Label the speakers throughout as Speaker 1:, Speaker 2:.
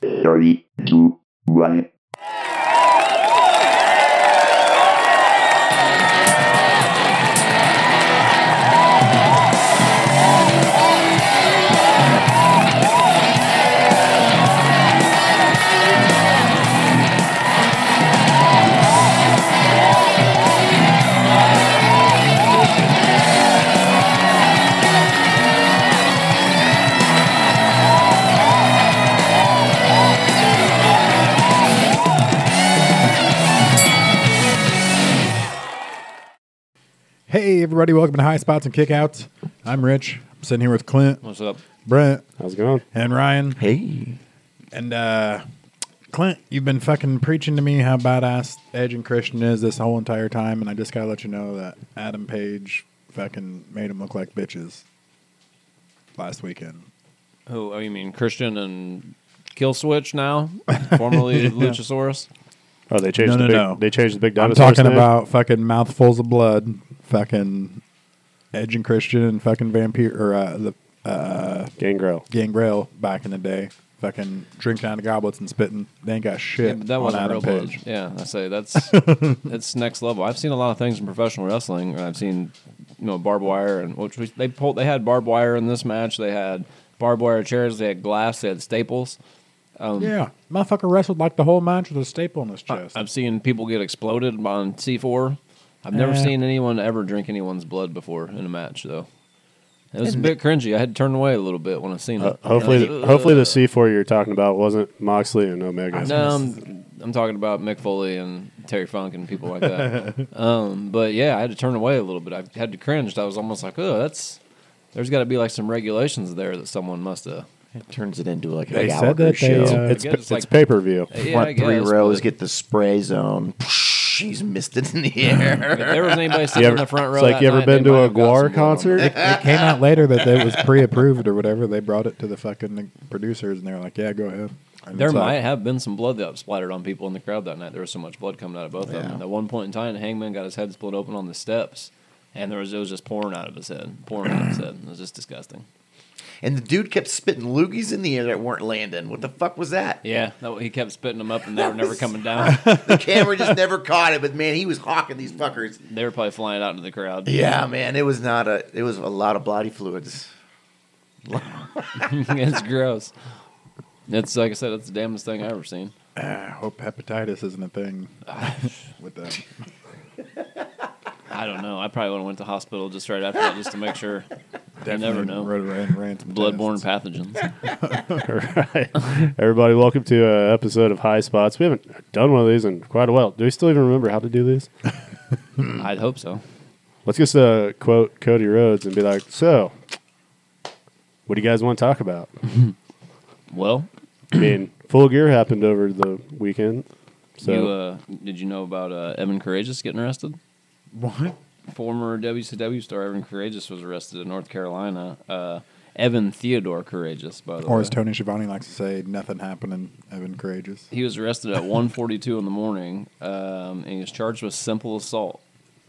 Speaker 1: Three, two, one.
Speaker 2: Hey, everybody, welcome to High Spots and Kickouts. I'm Rich. I'm sitting here with Clint,
Speaker 3: What's up?
Speaker 2: Brent,
Speaker 4: How's it going?
Speaker 2: and Ryan.
Speaker 3: Hey.
Speaker 2: And uh, Clint, you've been fucking preaching to me how badass Edge and Christian is this whole entire time, and I just gotta let you know that Adam Page fucking made him look like bitches last weekend.
Speaker 3: Who? Oh, you mean Christian and Kill Switch now? Formerly Luchasaurus?
Speaker 4: Oh, they
Speaker 2: No,
Speaker 4: changed the
Speaker 2: no,
Speaker 4: big,
Speaker 2: no.
Speaker 4: They changed the big
Speaker 2: I'm
Speaker 4: dinosaur.
Speaker 2: talking about fucking mouthfuls of blood, fucking Edge and Christian, and fucking Vampire or uh, the
Speaker 4: Gangrel.
Speaker 2: Gangrel back in the day. Fucking drinking out of goblets and spitting. They ain't got shit.
Speaker 3: Yeah, but that
Speaker 2: on
Speaker 3: wasn't
Speaker 2: Adam
Speaker 3: real blood.
Speaker 2: Page.
Speaker 3: Yeah, I say that's that's next level. I've seen a lot of things in professional wrestling. I've seen you know barbed wire and which we, they pulled. They had barbed wire in this match. They had barbed wire chairs. They had glass. They had staples.
Speaker 2: Yeah, motherfucker wrestled like the whole match with a staple in his
Speaker 3: Um, I,
Speaker 2: chest.
Speaker 3: I've seen people get exploded on C4. I've never
Speaker 2: Uh,
Speaker 3: seen anyone ever drink anyone's blood before in a match though. It was a bit cringy. I had to turn away a little bit when I seen it.
Speaker 4: Uh, Hopefully,
Speaker 3: Like,
Speaker 4: the, hopefully the C4 you're talking about wasn't Moxley and Omega.
Speaker 3: No, I'm, I'm talking about Mick Foley and Terry Funk and people like that. um, but yeah, I had to turn away a little bit. I had to cringe. I was almost like, oh, that's there's got to be like some regulations there that someone must uh, have.
Speaker 5: It turns it into like
Speaker 2: They
Speaker 5: an
Speaker 2: said
Speaker 5: hour
Speaker 2: that they,
Speaker 5: show.
Speaker 2: uh,
Speaker 4: It's
Speaker 3: I
Speaker 4: it's,
Speaker 3: guess like-
Speaker 4: it's pay per view.
Speaker 3: Yeah, I
Speaker 5: Front three
Speaker 3: guess,
Speaker 5: rows
Speaker 3: but
Speaker 5: get the spray zone. She's missed it in the air.
Speaker 3: If there was anybody sitting
Speaker 4: You
Speaker 3: in
Speaker 4: ever,
Speaker 3: the
Speaker 4: it's
Speaker 3: front row,
Speaker 4: like
Speaker 3: that
Speaker 4: you ever
Speaker 3: night,
Speaker 4: been
Speaker 3: they might
Speaker 4: to a
Speaker 3: have got some
Speaker 4: Guar
Speaker 3: blood on them.
Speaker 4: concert?
Speaker 2: it came out later that it was pre-approved or whatever. They brought it to the fucking producers and they were like, "Yeah, go ahead." And
Speaker 3: There
Speaker 2: it's
Speaker 3: might
Speaker 2: like,
Speaker 3: have been some blood that was splattered on people in the crowd that night. There was so much blood coming out of both of them. At one point in time, Hangman got his head split open on the steps, and there was it was just pouring out of his head, pouring out of his head. It was just disgusting.
Speaker 5: And the dude kept spitting loogies in the air that weren't landing. What the fuck was that?
Speaker 3: Yeah, that, he kept spitting them up, and they were never coming down.
Speaker 5: The camera just never caught it, but man, he was hawking these fuckers.
Speaker 3: They were probably flying out into the crowd.
Speaker 5: Yeah, man, it was not a. It was a lot of body fluids.
Speaker 3: it's gross. It's like I said, it's the damnedest thing I've ever seen.
Speaker 2: I "Ah, hope hepatitis isn't a thing with that.
Speaker 3: I don't know. I probably would have went to hospital just right after that just to make sure. You never know.
Speaker 2: Ran, ran, ran some
Speaker 3: Bloodborne
Speaker 2: tests.
Speaker 3: pathogens.
Speaker 4: right. Everybody, welcome to an episode of High Spots. We haven't done one of these in quite a while. Do we still even remember how to do these?
Speaker 3: I'd hope so.
Speaker 4: Let's just uh, quote Cody Rhodes and be like, "So, what do you guys want to talk about?"
Speaker 3: Well,
Speaker 4: I mean, Full Gear happened over the weekend. So
Speaker 3: you uh, did you know about uh, Evan Courageous getting arrested?
Speaker 2: What?
Speaker 3: Former WCW star Evan Courageous was arrested in North Carolina. Uh, Evan Theodore Courageous, by the
Speaker 2: Or
Speaker 3: way.
Speaker 2: as Tony Schiavone likes to say, nothing happening. Evan courageous.
Speaker 3: He was arrested at 1:42 in the morning, um, and he was charged with simple assault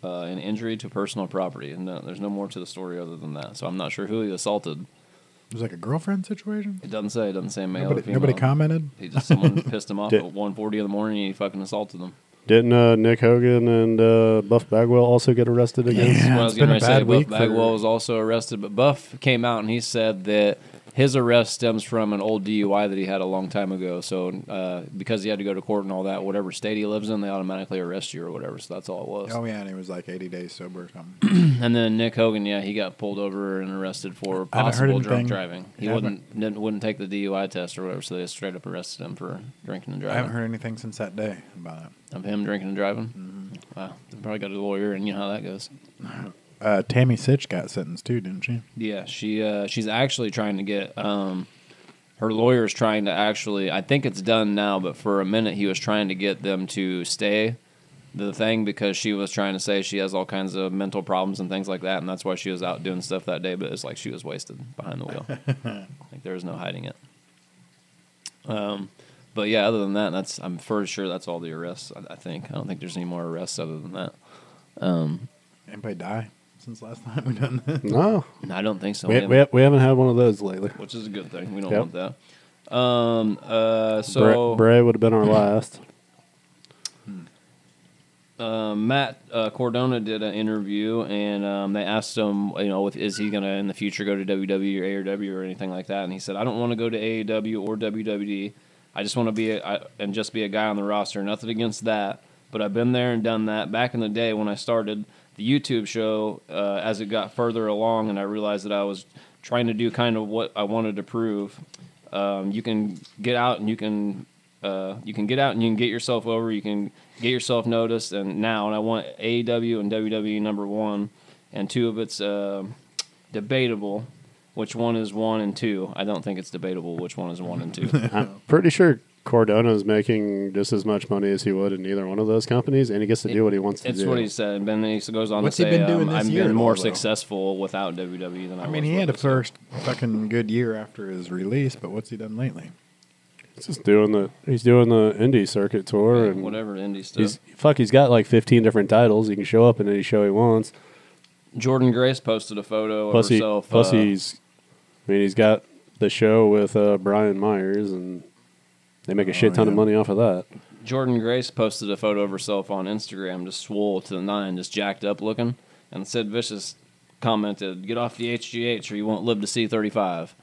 Speaker 3: uh, and injury to personal property. And no, there's no more to the story other than that. So I'm not sure who he assaulted.
Speaker 2: It was like a girlfriend situation.
Speaker 3: It doesn't say. It doesn't say male or
Speaker 2: Nobody,
Speaker 3: female.
Speaker 2: nobody commented.
Speaker 3: He just someone pissed him off at
Speaker 4: Did-
Speaker 3: 1:40 in the morning, and he fucking assaulted them.
Speaker 4: didn't uh, Nick Hogan and uh, Buff Bagwell also get arrested against?
Speaker 2: Yeah,
Speaker 3: That's what
Speaker 2: it's
Speaker 3: I was going
Speaker 2: been a
Speaker 3: to say.
Speaker 2: bad week
Speaker 3: Buff
Speaker 2: for-
Speaker 3: Bagwell was also arrested, but Buff came out and he said that his arrest stems from an old DUI that he had a long time ago. So uh, because he had to go to court and all that, whatever state he lives in, they automatically arrest you or whatever. So that's all it was.
Speaker 2: Oh yeah, and he was like 80 days sober or something.
Speaker 3: And then Nick Hogan, yeah, he got pulled over and arrested for
Speaker 2: I haven't heard
Speaker 3: possible drunk
Speaker 2: anything.
Speaker 3: driving. He
Speaker 2: Yeah, I
Speaker 3: wouldn't didn't, wouldn't take the DUI test or whatever, so they just straight up arrested him for drinking and
Speaker 2: I haven't
Speaker 3: driving.
Speaker 2: heard anything since that day about it.
Speaker 3: Of him drinking and driving.
Speaker 2: Mm-hmm.
Speaker 3: Wow, they probably got a lawyer, and you know how that goes.
Speaker 2: Uh, Tammy Sitch got sentenced too, didn't she?
Speaker 3: Yeah, she uh, she's actually trying to get um, her lawyer's trying to actually. I think it's done now, but for a minute he was trying to get them to stay the thing because she was trying to say she has all kinds of mental problems and things like that, and that's why she was out doing stuff that day. But it's like she was wasted behind the wheel. like there was no hiding it. Um, but yeah, other than that, that's I'm for sure that's all the arrests. I, I think I don't think there's any more arrests other than that. Um,
Speaker 2: Anybody die since last time we done that?
Speaker 4: No,
Speaker 3: and I don't think so.
Speaker 4: we,
Speaker 3: We
Speaker 4: we, we haven't had one of those lately.
Speaker 3: which is a good thing. We don't
Speaker 4: Yep.
Speaker 3: want that. Um. Uh.
Speaker 4: So
Speaker 3: So
Speaker 4: Bray would have been our last.
Speaker 3: uh, Matt uh, Cordona did an interview, and um, they asked him, you know, if, is he going to in the future go to WWE or AEW or anything like that? And he said, I don't want to go to AEW or WWE. I just want to be a, I, and just be a guy on the roster. Nothing against that, but I've been there and done that. Back in the day when I started the YouTube show, uh, as it got further along, and I realized that I was trying to do kind of what I wanted to prove. Um, you can get out and you can uh, you can get out and you can get yourself over. You can get yourself noticed. And now, and I want AEW and WWE number one, and two of it's uh, debatable. Which one is one and two? I don't think it's debatable which one is one and two.
Speaker 4: I'm pretty sure Cordona is making just as much money as he would in either one of those companies, and he gets to do what he wants to
Speaker 3: it's
Speaker 4: do.
Speaker 3: what he said. And then he goes on
Speaker 2: What's
Speaker 3: to
Speaker 2: he
Speaker 3: say,
Speaker 2: been doing
Speaker 3: um,
Speaker 2: this
Speaker 3: "I've
Speaker 2: year,
Speaker 3: been more
Speaker 2: though?
Speaker 3: successful without WWE than I."
Speaker 2: I mean,
Speaker 3: was
Speaker 2: he had a
Speaker 3: with it."
Speaker 2: first fucking good year after his release, but what's he done lately?
Speaker 4: He's just doing the he's doing the indie circuit tour
Speaker 3: Yeah,
Speaker 4: and
Speaker 3: whatever indie stuff.
Speaker 4: He's fuck. He's got like 15 different titles. He can show up in any show he wants.
Speaker 3: Jordan Grace posted a photo
Speaker 4: Plus
Speaker 3: of
Speaker 4: he
Speaker 3: herself.
Speaker 4: plus
Speaker 3: uh,
Speaker 4: he's. I mean, he's got the show with uh, Brian Myers, and they
Speaker 3: Oh,
Speaker 4: make a shit ton of
Speaker 2: yeah.
Speaker 4: money off of that.
Speaker 3: Jordan Grace posted a photo of herself on Instagram, just swole to the nine, just jacked up looking. And Sid Vicious commented, Get off the HGH or you won't live to see 35.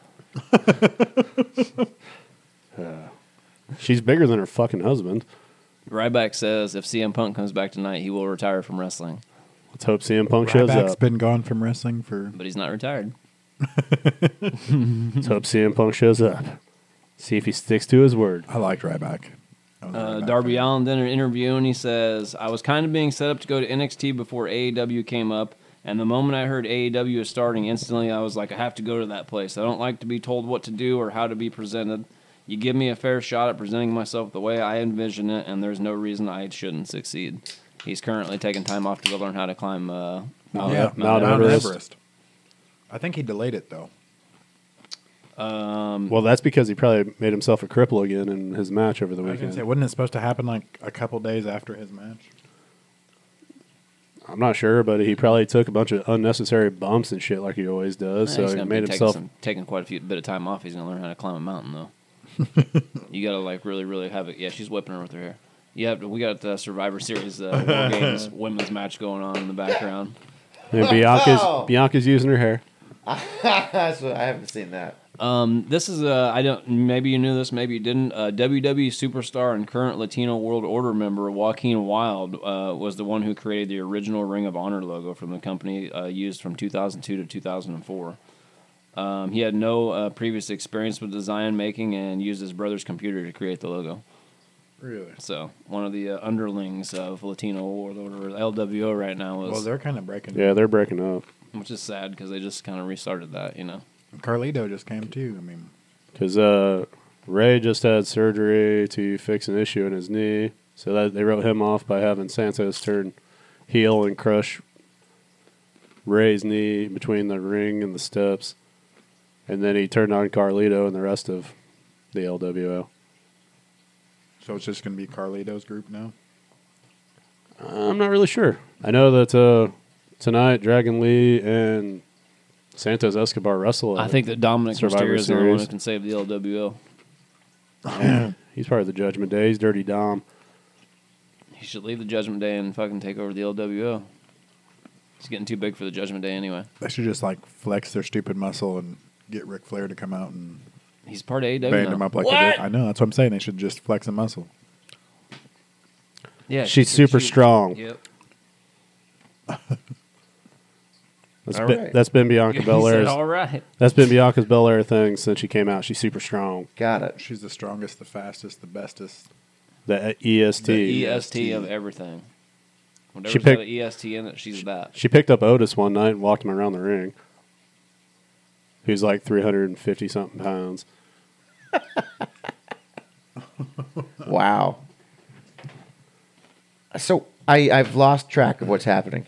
Speaker 4: She's bigger than her fucking husband.
Speaker 3: Ryback says, If CM Punk comes back tonight, he will retire from wrestling.
Speaker 4: Let's hope CM Punk shows
Speaker 2: Ryback's
Speaker 4: up.
Speaker 2: been gone from wrestling for
Speaker 3: But he's not retired.
Speaker 4: Let's hope CM Punk shows up. See if he sticks to his word.
Speaker 2: I liked Ryback. I was a
Speaker 3: Uh,
Speaker 2: Ryback
Speaker 3: Darby
Speaker 2: fan.
Speaker 3: Allen did an interview and he says, I was kind of being set up to go to NXT before AEW came up. And the moment I heard AEW is starting, instantly I was like, I have to go to that place. I don't like to be told what to do or how to be presented. You give me a fair shot at presenting myself the way I envision it, and there's no reason I shouldn't succeed. He's currently taking time off to go learn how to climb. Uh, Mount-
Speaker 2: Yeah,
Speaker 4: Mount
Speaker 2: Mount
Speaker 4: Everest.
Speaker 2: Everest. I think he delayed it though.
Speaker 3: Um,
Speaker 4: Well, that's because he probably made himself a cripple again in his match over
Speaker 2: I
Speaker 4: the
Speaker 2: was gonna
Speaker 4: weekend.
Speaker 2: say, wasn't it supposed to happen like a couple days after his match?
Speaker 4: I'm not sure, but he probably took a bunch of unnecessary bumps and shit like he always does.
Speaker 3: he's
Speaker 4: so he
Speaker 3: gonna
Speaker 4: made
Speaker 3: be
Speaker 4: himself.
Speaker 3: taking, some, taking quite a few bit of time off. He's gonna learn how to climb a mountain though. you gotta like really, really have it. Yeah, she's whipping her with her hair. Yeah, we got the Survivor Series uh, War Games women's match going on in the background.
Speaker 4: And Bianca's
Speaker 5: Oh.
Speaker 4: Bianca's using her hair.
Speaker 5: That's what- I haven't seen that.
Speaker 3: Um, this is uh, I don't. Maybe you knew this, maybe you didn't. Uh, WWE superstar and current Latino World Order member Joaquin Wild uh, was the one who created the original Ring of Honor logo from the company uh, used from 2002 to 2004. Um, he had no uh, previous experience with design making and used his brother's computer to create the logo.
Speaker 2: Really?
Speaker 3: So one of the uh, underlings of Latino World Order LWO right now
Speaker 2: Well,
Speaker 3: is,
Speaker 2: they're kind of breaking.
Speaker 4: Yeah, they're breaking up
Speaker 3: which is sad because they just kind of restarted that. You know,
Speaker 2: Carlito just came too. I mean,
Speaker 4: because uh, Ray just had surgery to fix an issue in his knee, so that they wrote him off by having Santos turn heel and crush Ray's knee between the ring and the steps, and then he turned on Carlito and the rest of the LWO.
Speaker 2: so it's just gonna be Carlito's group now.
Speaker 4: I'm not really sure. I know that uh, tonight Dragon Lee and Santos Escobar wrestle.
Speaker 3: I think that Dominic
Speaker 4: Survivor
Speaker 3: Mysterio is the only one who
Speaker 4: Series.
Speaker 3: can save the LWO.
Speaker 4: he's part of the Judgment Day. He's Dirty Dom.
Speaker 3: He should leave the Judgment Day and fucking take over the LWO. He's getting too big for the Judgment Day anyway.
Speaker 2: They should just like flex their stupid muscle and get Ric Flair to come out and
Speaker 3: He's part of
Speaker 2: band
Speaker 3: AEW
Speaker 2: him
Speaker 3: now.
Speaker 2: up like they did. I know that's what I'm saying. They should just flex a muscle.
Speaker 3: Yeah,
Speaker 4: She's super strong.
Speaker 3: Yep.
Speaker 4: That's
Speaker 5: All
Speaker 4: been,
Speaker 5: right.
Speaker 4: that's been Bianca
Speaker 3: He
Speaker 4: Belair's.
Speaker 3: said, All right.
Speaker 4: That's been Bianca's Belair thing since she came out. She's super strong.
Speaker 5: Got it.
Speaker 2: She's the strongest, the fastest, the bestest.
Speaker 4: The E EST.
Speaker 2: The E
Speaker 3: EST E of everything. Whatever's
Speaker 4: She
Speaker 3: got
Speaker 4: picked-
Speaker 3: an EST in it, she's that.
Speaker 4: she picked up Otis one night and walked him around the ring. Who's like 350 something pounds.
Speaker 5: Wow. So I, I've lost track of what's happening.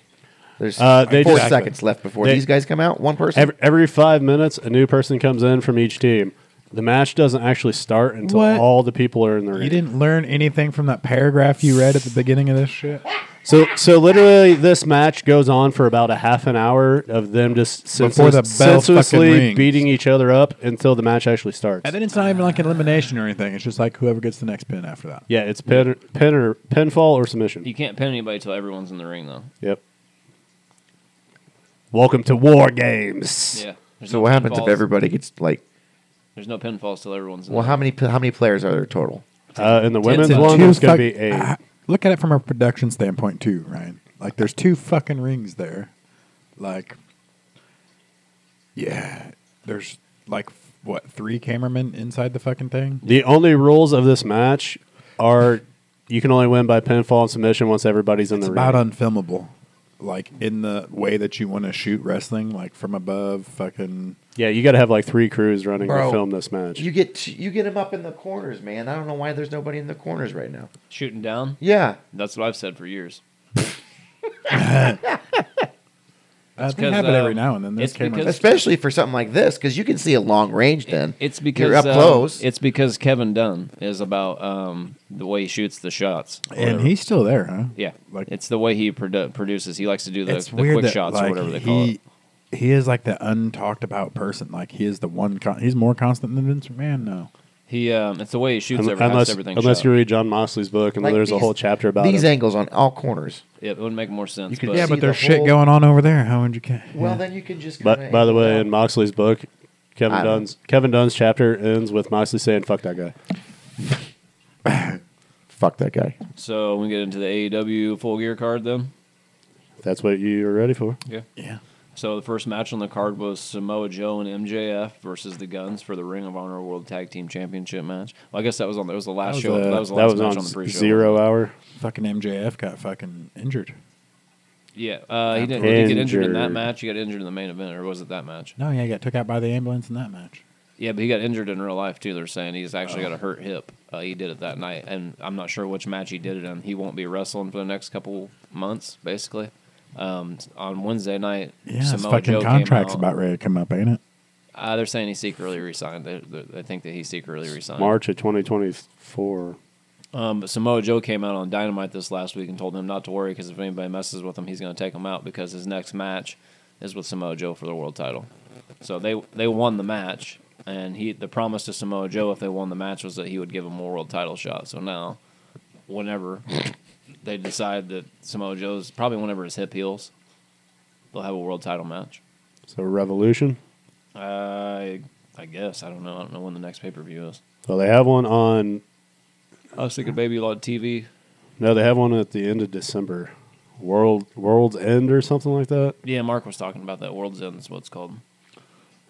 Speaker 5: There's
Speaker 4: Uh, they
Speaker 5: four
Speaker 4: just-
Speaker 5: seconds left before
Speaker 4: they-
Speaker 5: these guys come out. One person.
Speaker 4: Every, every five minutes, a new person comes in from each team. The match doesn't actually start until
Speaker 2: What?
Speaker 4: all the people are in the ring.
Speaker 2: You didn't learn anything from that paragraph you read at the beginning of this shit?
Speaker 4: So, so literally, this match goes on for about a half an hour of them just
Speaker 2: Before the
Speaker 4: senseless-
Speaker 2: bell fucking
Speaker 4: senselessly
Speaker 2: rings.
Speaker 4: beating each other up until the match actually starts.
Speaker 2: And then it's not even like an elimination or anything. It's just like whoever gets the next pin after that.
Speaker 4: Yeah, it's pin, pin or pinfall or submission.
Speaker 3: You can't pin anybody till everyone's in the ring, though.
Speaker 4: Yep. Welcome to War Games.
Speaker 3: Yeah. There's
Speaker 5: So
Speaker 3: no
Speaker 5: what happens if
Speaker 3: pinfalls.
Speaker 5: everybody gets like?
Speaker 3: There's no pinfalls till everyone's. In
Speaker 5: Well,
Speaker 3: the
Speaker 5: how
Speaker 3: ring.
Speaker 5: many how many players are there total?
Speaker 4: Uh, and the women's
Speaker 3: and
Speaker 4: one
Speaker 3: two
Speaker 4: is going
Speaker 2: fuck-
Speaker 4: to be eight.
Speaker 2: Ah, look at it from a production standpoint too, Ryan. Like there's two fucking rings there. Like Yeah. There's like what, three cameramen inside the fucking thing?
Speaker 4: The only rules of this match are you can only win by pinfall and submission once everybody's in
Speaker 2: It's
Speaker 4: the
Speaker 2: about
Speaker 4: ring.
Speaker 2: unfilmable. Like in the way that you want to shoot wrestling, like from above, fucking
Speaker 4: yeah, you got to have like three crews running
Speaker 5: Bro,
Speaker 4: to film this match.
Speaker 5: You get you get them up in the corners, man. I don't know why there's nobody in the corners right now.
Speaker 3: shooting down?
Speaker 5: Yeah,
Speaker 3: That's what I've said for years.
Speaker 2: I think
Speaker 3: 'cause,
Speaker 2: happen
Speaker 3: uh,
Speaker 2: every now and then. Those
Speaker 3: it's because-
Speaker 2: cameras
Speaker 5: especially for something like this because you can see a long range. Then
Speaker 3: It's because
Speaker 5: you're up
Speaker 3: um,
Speaker 5: close.
Speaker 3: It's because Kevin Dunn is about um, the way he shoots the shots.
Speaker 2: and he's still there, huh?
Speaker 3: Yeah,
Speaker 2: Like-
Speaker 3: it's the way he produ- produces. He likes to do the,
Speaker 2: it's
Speaker 3: the
Speaker 2: weird
Speaker 3: quick
Speaker 2: that,
Speaker 3: shots
Speaker 2: like,
Speaker 3: or whatever they
Speaker 2: he,
Speaker 3: call it.
Speaker 2: He is like the untalked about person. Like he is the one. Con- he's more constant than Vince McMahon now.
Speaker 3: He um, it's the way he shoots.
Speaker 4: Un-
Speaker 3: Every,
Speaker 4: unless
Speaker 3: everything.
Speaker 4: unless
Speaker 3: shot.
Speaker 4: you read John Moxley's book, and
Speaker 5: Like
Speaker 4: there's a
Speaker 5: these-
Speaker 4: whole chapter about
Speaker 5: these
Speaker 4: it.
Speaker 5: angles on all corners.
Speaker 3: Yeah, it would make more sense.
Speaker 5: You could-
Speaker 3: but
Speaker 5: Yeah,
Speaker 2: Yeah,
Speaker 5: but see
Speaker 2: but
Speaker 5: there's
Speaker 2: there's
Speaker 5: the shit
Speaker 2: shit
Speaker 5: whole- going
Speaker 2: going on over there. How would you?
Speaker 5: Well, then you can just.
Speaker 4: But
Speaker 5: kinda
Speaker 4: by the
Speaker 5: angle
Speaker 4: way,
Speaker 5: it
Speaker 4: in
Speaker 5: out.
Speaker 4: Moxley's book,
Speaker 5: I
Speaker 4: Kevin
Speaker 5: don't-
Speaker 4: Dunn's Kevin Dunn's chapter ends with Moxley saying "fuck that guy."
Speaker 5: fuck that guy.
Speaker 3: So we get into the AEW full gear card then.
Speaker 4: That's what you were ready for.
Speaker 3: Yeah.
Speaker 2: yeah.
Speaker 3: So the first match on the card was Samoa Joe and MJF versus the Guns for the Ring of Honor World Tag Team Championship match. Well, I guess that was on. That was the last show.
Speaker 4: uh,
Speaker 3: that was the
Speaker 4: that
Speaker 3: last
Speaker 4: was
Speaker 3: match
Speaker 4: on,
Speaker 3: on, the pre-show.
Speaker 4: zero hour.
Speaker 2: Fucking MJF got fucking injured.
Speaker 3: Yeah, uh, he didn't really get injured in that
Speaker 4: Injured.
Speaker 3: match. He got injured in the main event, or was it that match?
Speaker 2: No, yeah, he got took out by the ambulance in that match.
Speaker 3: Yeah, but he got injured in real life too. They're saying he's actually
Speaker 2: Oh.
Speaker 3: got a hurt hip. Uh, he did it that night, and I'm not sure which match he did it in. He won't be wrestling for the next couple months, basically. Um, on Wednesday night,
Speaker 2: Yeah, his
Speaker 3: Samoa
Speaker 2: fucking
Speaker 3: Joe came
Speaker 2: contract's
Speaker 3: out.
Speaker 2: about ready to come up, ain't it?
Speaker 3: Uh, they're saying he secretly resigned. They, they, they think that he secretly resigned.
Speaker 4: March of 2024.
Speaker 3: Um, but Samoa Joe came out on Dynamite this last week and told him not to worry because if anybody messes with him, he's going to take him out because his next match is with Samoa Joe for the world title. So they they won the match, and he the promise to Samoa Joe if they won the match was that he would give him a world title shot. So now, whenever they decide that Samoa Joe's probably whenever his hip heals, they'll have a world title match.
Speaker 4: So Revolution.
Speaker 3: I I guess I don't know. I don't know when the next pay per view is.
Speaker 4: Well, they have one on.
Speaker 3: I was thinking maybe on TV.
Speaker 4: No, they have one at the end of December. World World's End or something like that.
Speaker 3: Yeah, Mark was talking about that. World's End is what it's called.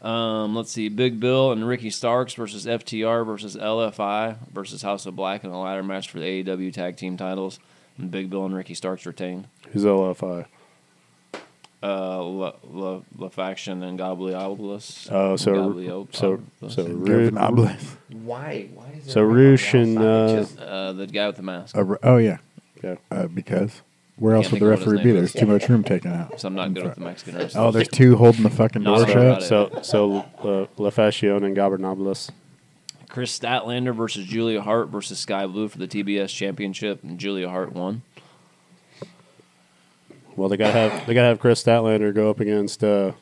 Speaker 3: Um, let's see. Big Bill and Ricky Starks versus FTR versus LFI versus House of Black in a ladder match for the AEW tag team titles. And Big Bill and Ricky Starks retained.
Speaker 4: Who's LFI?
Speaker 3: Uh, La, La, La Faction and Goblioblis.
Speaker 4: Oh, so
Speaker 3: Goblioblis.
Speaker 4: so so
Speaker 2: Gavin
Speaker 4: Ru-
Speaker 2: Oblis.
Speaker 5: Why? Why is
Speaker 4: So
Speaker 5: everybody on
Speaker 4: Roosh
Speaker 5: the
Speaker 4: and,
Speaker 5: outside?
Speaker 4: uh,
Speaker 5: Just-
Speaker 3: uh, the guy with the mask.
Speaker 2: Uh, oh yeah,
Speaker 4: yeah.
Speaker 2: uh, because where else would the
Speaker 3: Can't think of what his
Speaker 2: referee be?
Speaker 3: name
Speaker 2: There's
Speaker 3: is.
Speaker 2: too much room taken out.
Speaker 3: So I'm not good with the Mexican wrestling.
Speaker 2: Oh, there's two holding the fucking
Speaker 3: Not
Speaker 2: door
Speaker 3: Sorry about
Speaker 2: shut.
Speaker 3: it.
Speaker 4: So so uh, LaFashion and Gobernoblis.
Speaker 3: Chris Statlander versus Julia Hart versus Sky Blue for the TBS championship, and Julia Hart won.
Speaker 4: Well, they gotta have they gotta have Chris Statlander go up against uh,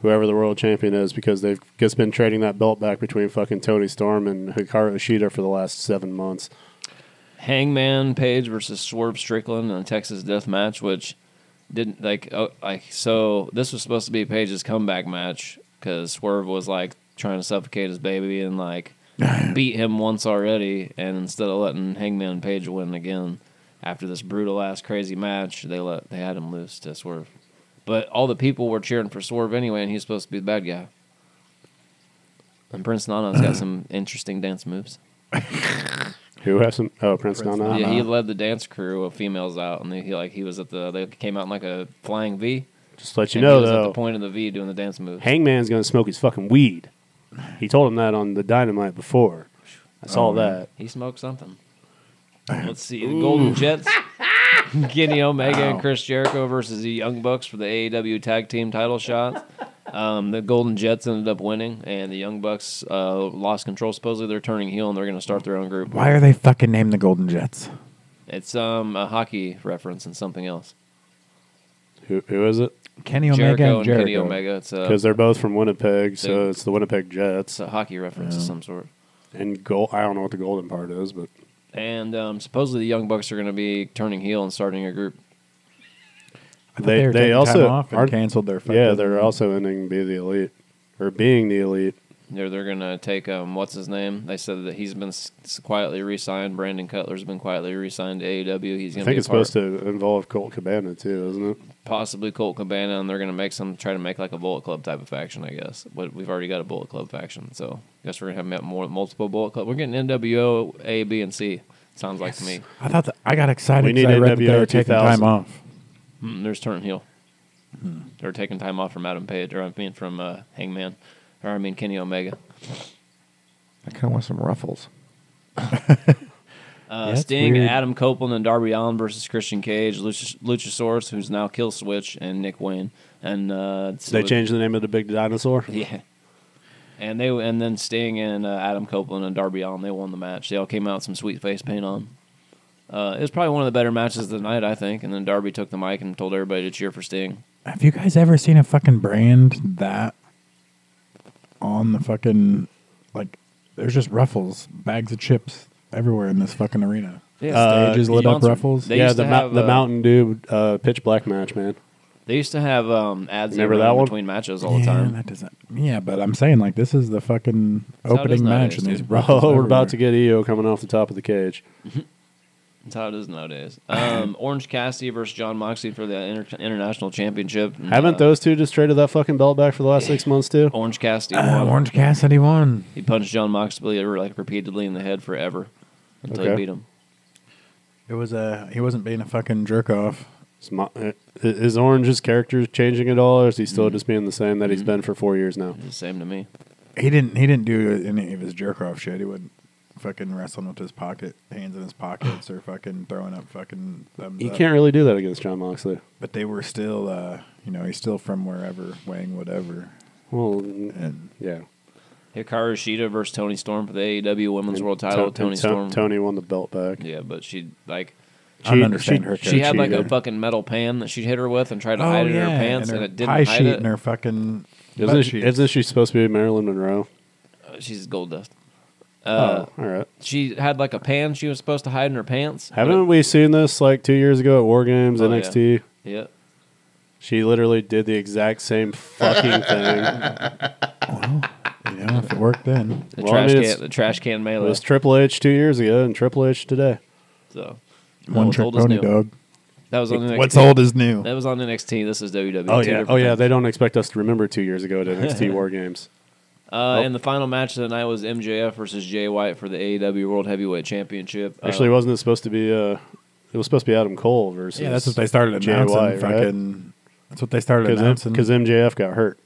Speaker 4: whoever the world champion is because they've just been trading that belt back between fucking Tony Storm and Hikaru Ishida for the last seven months.
Speaker 3: Hangman Page versus Swerve Strickland in a Texas Death Match, which didn't like oh, like so. This was supposed to be Page's comeback match because Swerve was like trying to suffocate his baby and like beat him once already, and instead of letting Hangman Page win again after this brutal ass crazy match, they let they had him lose to Swerve. But all the people were cheering for Swerve anyway, and he's supposed to be the bad guy. And Prince Nana's got some interesting dance moves.
Speaker 4: Who have some? Oh, Prince,
Speaker 2: Prince
Speaker 4: Nana.
Speaker 3: Yeah, he led the dance crew of females out, and he like he was at the they came out in like a flying V.
Speaker 4: Just to let you
Speaker 3: and
Speaker 4: know
Speaker 3: he was at the
Speaker 4: though,
Speaker 3: point of the V doing the dance moves.
Speaker 4: Hangman's gonna smoke his fucking weed. He told him that on the Dynamite before. I saw
Speaker 3: Oh,
Speaker 4: that.
Speaker 3: He smoked something. Let's see the Golden Jets, E Kenny Omega and Chris Jericho versus the Young Bucks for the AEW Tag Team Title shots. Um, the Golden Jets ended up winning, and the Young Bucks uh, lost control. Supposedly, they're turning heel and they're going to start their own group.
Speaker 2: Why are they fucking named the Golden Jets?
Speaker 3: It's um, a hockey reference and something else.
Speaker 4: Who, who is it?
Speaker 2: Kenny Omega
Speaker 3: Jericho
Speaker 2: and
Speaker 3: and
Speaker 2: Jericho.
Speaker 3: Kenny Omega. It's a,
Speaker 4: Because they're both from Winnipeg, so
Speaker 3: Uh, They-
Speaker 4: it's the Winnipeg Jets.
Speaker 3: it's a hockey reference of some sort.
Speaker 4: And gold. I don't know what the golden part is, but
Speaker 3: And um, supposedly, the Young Bucks are going to be turning heel and starting a group.
Speaker 2: I thought
Speaker 4: They-
Speaker 2: were
Speaker 4: they
Speaker 2: taking
Speaker 4: also
Speaker 2: time off and
Speaker 4: aren't-
Speaker 2: canceled their.
Speaker 4: yeah,
Speaker 2: fucking-
Speaker 4: they're also ending be the elite or being the elite.
Speaker 3: They're they're gonna take um what's his name? They said that he's been s- s- quietly re-signed. Brandon Cutler's been quietly re-signed to AEW. He's gonna
Speaker 4: I think
Speaker 3: be
Speaker 4: it's
Speaker 3: a part,
Speaker 4: supposed to involve Colt Cabana too, isn't it?
Speaker 3: possibly Colt Cabana, and they're gonna make some try to make like a Bullet Club type of faction, I guess. But we've already got a Bullet Club faction, so I guess we're gonna have met more multiple Bullet Club. We're getting NWO A, B, and C. Sounds like to me.
Speaker 2: I thought that, I got excited.
Speaker 4: We
Speaker 2: 'cause
Speaker 4: need
Speaker 2: I read that they
Speaker 4: NWO
Speaker 2: were taking
Speaker 4: 2000.
Speaker 2: time off.
Speaker 3: Mm, there's turn heel. They're taking time off from Adam Page, or I mean from uh, Hangman, or I mean Kenny Omega.
Speaker 6: I kind of want some ruffles.
Speaker 3: Uh,
Speaker 2: That's
Speaker 3: Sting,
Speaker 2: weird.
Speaker 3: Adam Copeland, and Darby Allen versus Christian Cage, Luch- Luchasaurus, who's now Kill Switch, and Nick Wayne. And uh, so-
Speaker 4: They changed the name of the big dinosaur.
Speaker 3: Yeah. And they and then Sting and uh, Adam Copeland and Darby Allen they won the match. They all came out with some sweet face paint on. Uh, it was probably one of the better matches of the night, I think. And then Darby took the mic and told everybody to cheer for Sting.
Speaker 2: Have you guys ever seen a fucking brand that on the fucking like? There's just ruffles, bags of chips everywhere in this fucking arena.
Speaker 3: Yeah,
Speaker 4: Uh,
Speaker 2: Stages lit up
Speaker 3: sponsored.
Speaker 2: ruffles.
Speaker 3: They
Speaker 4: yeah,
Speaker 3: used
Speaker 4: the
Speaker 3: to
Speaker 4: mou-
Speaker 3: have,
Speaker 4: the
Speaker 3: uh,
Speaker 4: Mountain Dew uh, pitch black match, man.
Speaker 3: They used to have um, ads
Speaker 4: Remember
Speaker 3: in
Speaker 4: that one?
Speaker 3: between matches all the
Speaker 2: Yeah,
Speaker 3: time.
Speaker 2: That doesn't. Yeah, but I'm saying like this is the fucking
Speaker 3: how it is
Speaker 2: opening match,
Speaker 3: nowadays,
Speaker 2: and these
Speaker 3: dude.
Speaker 2: ruffles.
Speaker 4: Oh, we're
Speaker 2: everywhere.
Speaker 4: about to get EO coming off the top of the cage.
Speaker 3: That's how it is nowadays. Um, Orange Cassidy versus John Moxley for the inter- international championship. And,
Speaker 4: Haven't
Speaker 3: uh,
Speaker 4: those two just traded that fucking belt back for the last six months too?
Speaker 3: Orange Cassidy?
Speaker 2: Uh,
Speaker 3: won.
Speaker 2: Orange Cassidy won.
Speaker 3: He punched John Moxley like repeatedly in the head forever until he
Speaker 4: Okay.
Speaker 3: beat him.
Speaker 2: It was a. He wasn't being a fucking jerk off.
Speaker 4: Is, Mo- uh, is Orange's character changing at all, or is he still
Speaker 3: Mm-hmm.
Speaker 4: just being the same that he's been for four years now?
Speaker 3: It's the same to me.
Speaker 2: He didn't. He didn't do any of his jerk off shit. He wouldn't fucking wrestling with his pocket hands in his pockets or fucking throwing up fucking. Thumbs
Speaker 4: He
Speaker 3: Uh,
Speaker 2: up.
Speaker 4: can't really do that against John Moxley.
Speaker 2: But they were still, uh, you know, he's still from wherever, weighing whatever,
Speaker 4: Well,
Speaker 2: and
Speaker 4: yeah.
Speaker 3: Hikaru Shida versus Tony Storm for the AEW Women's World Title.
Speaker 4: Ton-
Speaker 3: Tony
Speaker 4: and Ton-
Speaker 3: Storm.
Speaker 4: Tony won the belt back.
Speaker 3: Yeah, but she like
Speaker 2: I don't
Speaker 4: She-
Speaker 2: understand
Speaker 4: she-
Speaker 2: her.
Speaker 3: she had like a
Speaker 4: cheated.
Speaker 3: fucking metal pan that she'd hit her with and tried
Speaker 2: Oh,
Speaker 3: to hide it in her pants, and, it
Speaker 2: tie
Speaker 3: didn't hide
Speaker 2: sheet
Speaker 3: it.
Speaker 2: and her fucking.
Speaker 4: Isn't
Speaker 2: butt
Speaker 4: she,
Speaker 2: cheek.
Speaker 4: isn't she supposed to be Marilyn Monroe?
Speaker 3: Uh, She's gold dust. Uh,
Speaker 4: oh, all right.
Speaker 3: She had like a pan she was supposed to hide in her pants. but
Speaker 4: Haven't we seen this like two years ago at War Games
Speaker 3: Oh,
Speaker 4: NXT?
Speaker 3: it- Yeah.
Speaker 4: She literally did the exact same fucking thing.
Speaker 2: you know, if it worked then.
Speaker 3: The
Speaker 4: Well, I
Speaker 3: trash
Speaker 4: mean, it's-
Speaker 3: can, the trash can
Speaker 4: It
Speaker 3: melee.
Speaker 4: was Triple H two years ago and Triple H today.
Speaker 3: so that
Speaker 2: One
Speaker 3: was
Speaker 2: trick
Speaker 3: old as
Speaker 2: pony
Speaker 3: new.
Speaker 2: dog.
Speaker 3: That was on NXT.
Speaker 2: What's old is new.
Speaker 3: That was on NXT. This is E WWE.
Speaker 4: Oh
Speaker 3: Two
Speaker 4: yeah,
Speaker 3: different
Speaker 4: oh yeah.
Speaker 3: things.
Speaker 4: They don't expect us to remember two years ago at NXT War Games.
Speaker 3: Uh, And the final match of the night was MJF versus Jay White for the AEW World Heavyweight Championship. Uh,
Speaker 4: Actually, wasn't it supposed to be? Uh, it was supposed to be Adam Cole versus.
Speaker 2: Yeah, that's what they started
Speaker 4: Jay
Speaker 2: announcing.
Speaker 4: White, right?
Speaker 2: fucking. That's what they started announcing.
Speaker 4: because MJF got hurt.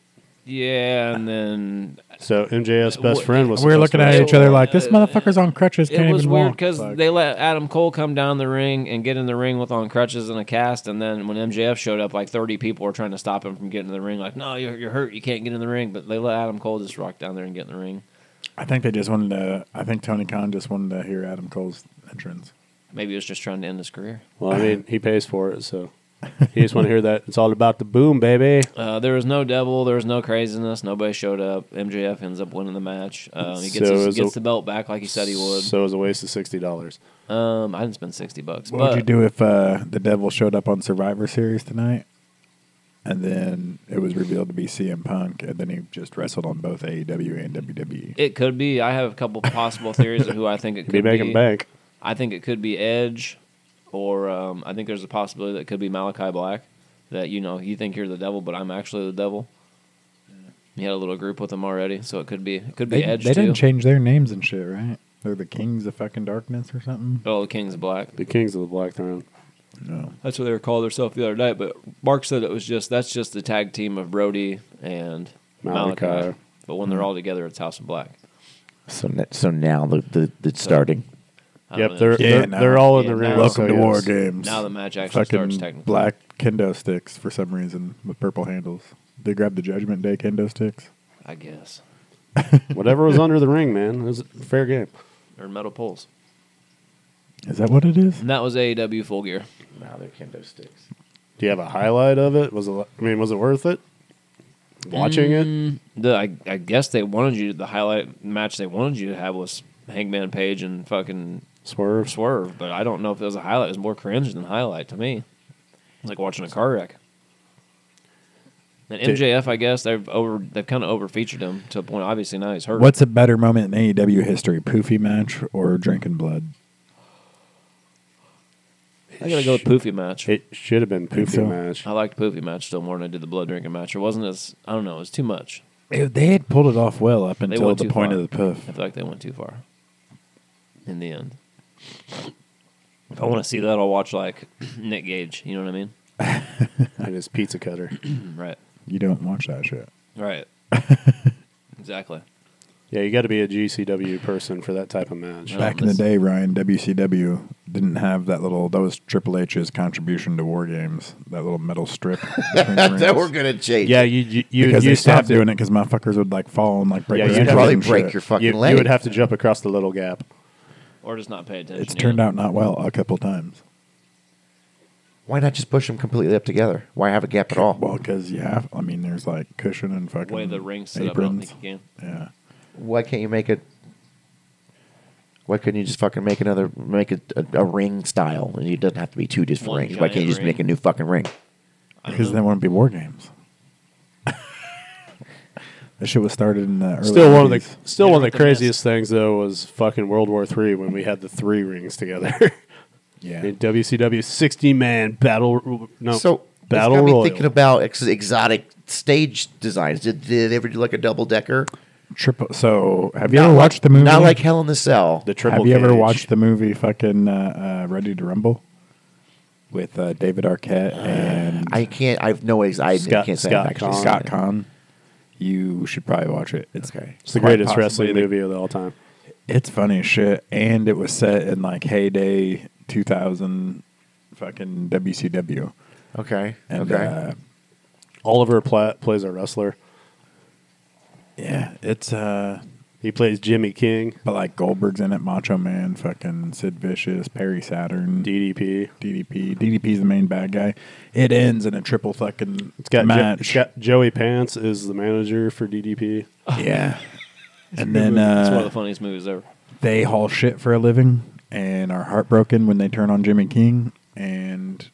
Speaker 3: yeah, and then
Speaker 4: So MJF's best
Speaker 3: Wh-
Speaker 4: friend was.
Speaker 2: we were
Speaker 4: supposed
Speaker 2: looking
Speaker 4: to-
Speaker 2: at
Speaker 3: So,
Speaker 2: each other like, this
Speaker 3: uh,
Speaker 2: motherfucker's on crutches. Can't
Speaker 3: it was
Speaker 2: even
Speaker 3: weird
Speaker 2: walk.
Speaker 3: because
Speaker 2: Like,
Speaker 3: they let Adam Cole come down the ring and get in the ring with on crutches and a cast, and then when MJF showed up, like thirty people were trying to stop him from getting in the ring. Like, no, you're, you're hurt, you can't get in the ring. But they let Adam Cole just rock down there and get in the ring.
Speaker 2: I think they just wanted to. I think Tony Khan just wanted to hear Adam Cole's entrance.
Speaker 3: Maybe he was just trying to end his career.
Speaker 4: Well, I mean, he pays for it, so he just want to hear that it's all about the boom, baby.
Speaker 3: Uh, there was no devil. There was no craziness. Nobody showed up. MJF ends up winning the match. Um, he gets,
Speaker 4: So
Speaker 3: his,
Speaker 4: is
Speaker 3: gets
Speaker 4: it-
Speaker 3: the belt back like he said he would.
Speaker 4: So it was a waste of sixty dollars.
Speaker 3: um, I didn't spend sixty bucks.
Speaker 2: What
Speaker 3: but
Speaker 2: would you do if uh, the devil showed up on Survivor Series tonight, and then it was revealed to be CM Punk, and then he just wrestled on both AEW and E. WWE?
Speaker 3: It could be. I have a couple possible theories of who I think it
Speaker 4: He'd
Speaker 3: could
Speaker 4: be making bank.
Speaker 3: I think it could be Edge, or um, I think there's a possibility that it could be Malachi Black. That you know, you think you're the devil, but I'm actually the devil. You had a little group with him already, so it could be it could be
Speaker 2: They,
Speaker 3: Edge
Speaker 2: they
Speaker 3: too.
Speaker 2: didn't change their names and shit, right? They're the Kings of fucking Darkness or something.
Speaker 3: Oh, the King's Black.
Speaker 4: The Kings of the Black Throne.
Speaker 2: No,
Speaker 3: That's what they were calling themselves the other night. But Mark said it was just that's just the tag team of Brody and Malachi.
Speaker 4: Malachi.
Speaker 3: But when
Speaker 2: Hmm.
Speaker 3: they're all together, it's House of Black.
Speaker 6: So n- so now the, the it's starting.
Speaker 3: I don't
Speaker 4: Yep,
Speaker 3: know.
Speaker 4: they're
Speaker 2: Yeah,
Speaker 4: they're,
Speaker 2: no.
Speaker 4: they're all in the
Speaker 3: Yeah,
Speaker 4: ring.
Speaker 3: no.
Speaker 2: welcome
Speaker 4: so
Speaker 2: to
Speaker 4: yes.
Speaker 2: War Games.
Speaker 3: now the match actually
Speaker 2: fucking
Speaker 3: starts technically.
Speaker 2: black kendo sticks for some reason with purple handles. They grabbed the Judgment Day kendo sticks.
Speaker 3: I guess.
Speaker 4: Whatever was under the ring, man, it was fair game.
Speaker 3: Or metal poles.
Speaker 2: Is that what it is?
Speaker 3: And that was AEW Full Gear.
Speaker 6: Now they're kendo sticks.
Speaker 4: Do you have a highlight of it? Was it? I mean, was it worth it? Watching
Speaker 5: Mm.
Speaker 4: it,
Speaker 3: The I, I guess they wanted you the highlight match they wanted you to have was Hangman Page and fucking
Speaker 4: swerve.
Speaker 3: Swerve, but I don't know if it was a highlight. It was more cringe than highlight to me. It's like watching a car wreck. And
Speaker 4: Dude.
Speaker 3: MJF, I guess they've over they've kind of over featured him to a point. Obviously now he's hurt.
Speaker 2: What's a better moment in AEW history, poofy match or drinking blood?
Speaker 3: I gotta go with Poofy match.
Speaker 4: It should have been
Speaker 2: Think
Speaker 4: poopy
Speaker 2: so.
Speaker 4: match.
Speaker 5: Oh.
Speaker 3: I liked Poofy match still more than I did the blood drinking match. It wasn't as I don't know. It was too much.
Speaker 2: they had pulled it off well up
Speaker 3: They
Speaker 2: until
Speaker 3: went
Speaker 2: the
Speaker 3: too
Speaker 2: point
Speaker 3: far.
Speaker 2: of the poof.
Speaker 3: I feel like they went too far. In the end, if I want to see that, I'll watch like Nick Gage. You know what I mean?
Speaker 4: And his pizza cutter.
Speaker 3: Right.
Speaker 2: You don't watch that shit.
Speaker 3: Right. exactly.
Speaker 4: Yeah, you got to be a GCW person for that type of match.
Speaker 3: Yeah.
Speaker 2: Back in the
Speaker 3: this-
Speaker 2: day, Ryan, WCW didn't have that little. That was Triple H's contribution to War Games. That little metal strip. between the
Speaker 5: that we're
Speaker 2: rings.
Speaker 5: gonna change.
Speaker 4: Yeah, you you, you
Speaker 2: because
Speaker 4: you
Speaker 2: they stopped
Speaker 4: to-
Speaker 2: doing it because motherfuckers would like fall and like break.
Speaker 4: Yeah,
Speaker 2: their
Speaker 4: you'd
Speaker 2: ankles
Speaker 4: probably
Speaker 2: and
Speaker 5: break
Speaker 2: shit.
Speaker 5: your fucking
Speaker 4: you,
Speaker 5: leg.
Speaker 4: you would have to jump across the little gap.
Speaker 3: Or just not pay attention.
Speaker 2: It's turned out not well a couple times.
Speaker 5: Why not just push them completely up together? Why have a gap
Speaker 4: Oh.
Speaker 5: at all?
Speaker 2: Well, because you have. I mean, there's like cushion and fucking
Speaker 3: the way the ring set up. I don't
Speaker 2: aprons.
Speaker 3: think you can.
Speaker 2: Yeah,
Speaker 5: Why can't you make it? Why couldn't you just fucking make another make it a, a ring style, and it doesn't have to be two different
Speaker 3: One
Speaker 5: rings? Why can't
Speaker 3: giant
Speaker 5: you just make a
Speaker 3: ring.
Speaker 5: new fucking ring?
Speaker 3: I don't
Speaker 2: because
Speaker 3: know.
Speaker 2: they wouldn't be War Games. that shit was started in the early
Speaker 4: Still one of
Speaker 2: 80s.
Speaker 4: the still
Speaker 3: Yeah,
Speaker 4: one of
Speaker 3: with
Speaker 4: the
Speaker 3: the mess.
Speaker 4: craziest things though was fucking World War Three when we had the three rings together.
Speaker 2: yeah.
Speaker 4: In WCW sixty man battle no
Speaker 5: So
Speaker 4: battle
Speaker 5: it's got me
Speaker 4: royal.
Speaker 5: thinking about ex- exotic stage designs. Did, did they ever do like a double decker?
Speaker 2: Triple. So have you ever watched the movie?
Speaker 5: Not like Hell in the Cell.
Speaker 4: the triple.
Speaker 2: Have you ever
Speaker 4: cage.
Speaker 2: watched the movie fucking uh, uh, Ready to Rumble with uh, David Arquette
Speaker 4: Oh,
Speaker 2: and
Speaker 5: I can't. I've no. Ex- I
Speaker 4: Scott-
Speaker 5: can't say
Speaker 4: Scott
Speaker 5: I've actually
Speaker 4: Conn.
Speaker 5: seen
Speaker 2: Scott
Speaker 5: it.
Speaker 2: Conn? You should probably watch it. It's
Speaker 5: Okay.
Speaker 4: It's the
Speaker 2: quite
Speaker 4: greatest
Speaker 2: possibly
Speaker 4: wrestling
Speaker 2: the-
Speaker 4: movie of all time.
Speaker 2: It's funny as shit, and it was set in like heyday 2000 fucking WCW.
Speaker 5: Okay.
Speaker 2: And,
Speaker 5: okay.
Speaker 2: Uh,
Speaker 4: Oliver Platt plays a wrestler.
Speaker 2: yeah, it's uh,
Speaker 4: He plays Jimmy King,
Speaker 2: but like Goldberg's in it, Macho Man, fucking Sid Vicious, Perry Saturn,
Speaker 4: DDP.
Speaker 2: DDP. DDP's the main bad guy. It ends in a triple fucking
Speaker 4: It's got, Jo-
Speaker 2: match.
Speaker 4: it's got Joey Pants is the manager for DDP.
Speaker 2: yeah, and then
Speaker 3: it's one of
Speaker 2: uh,
Speaker 3: the funniest movies ever.
Speaker 2: they haul shit for a living and are heartbroken when they turn on Jimmy King and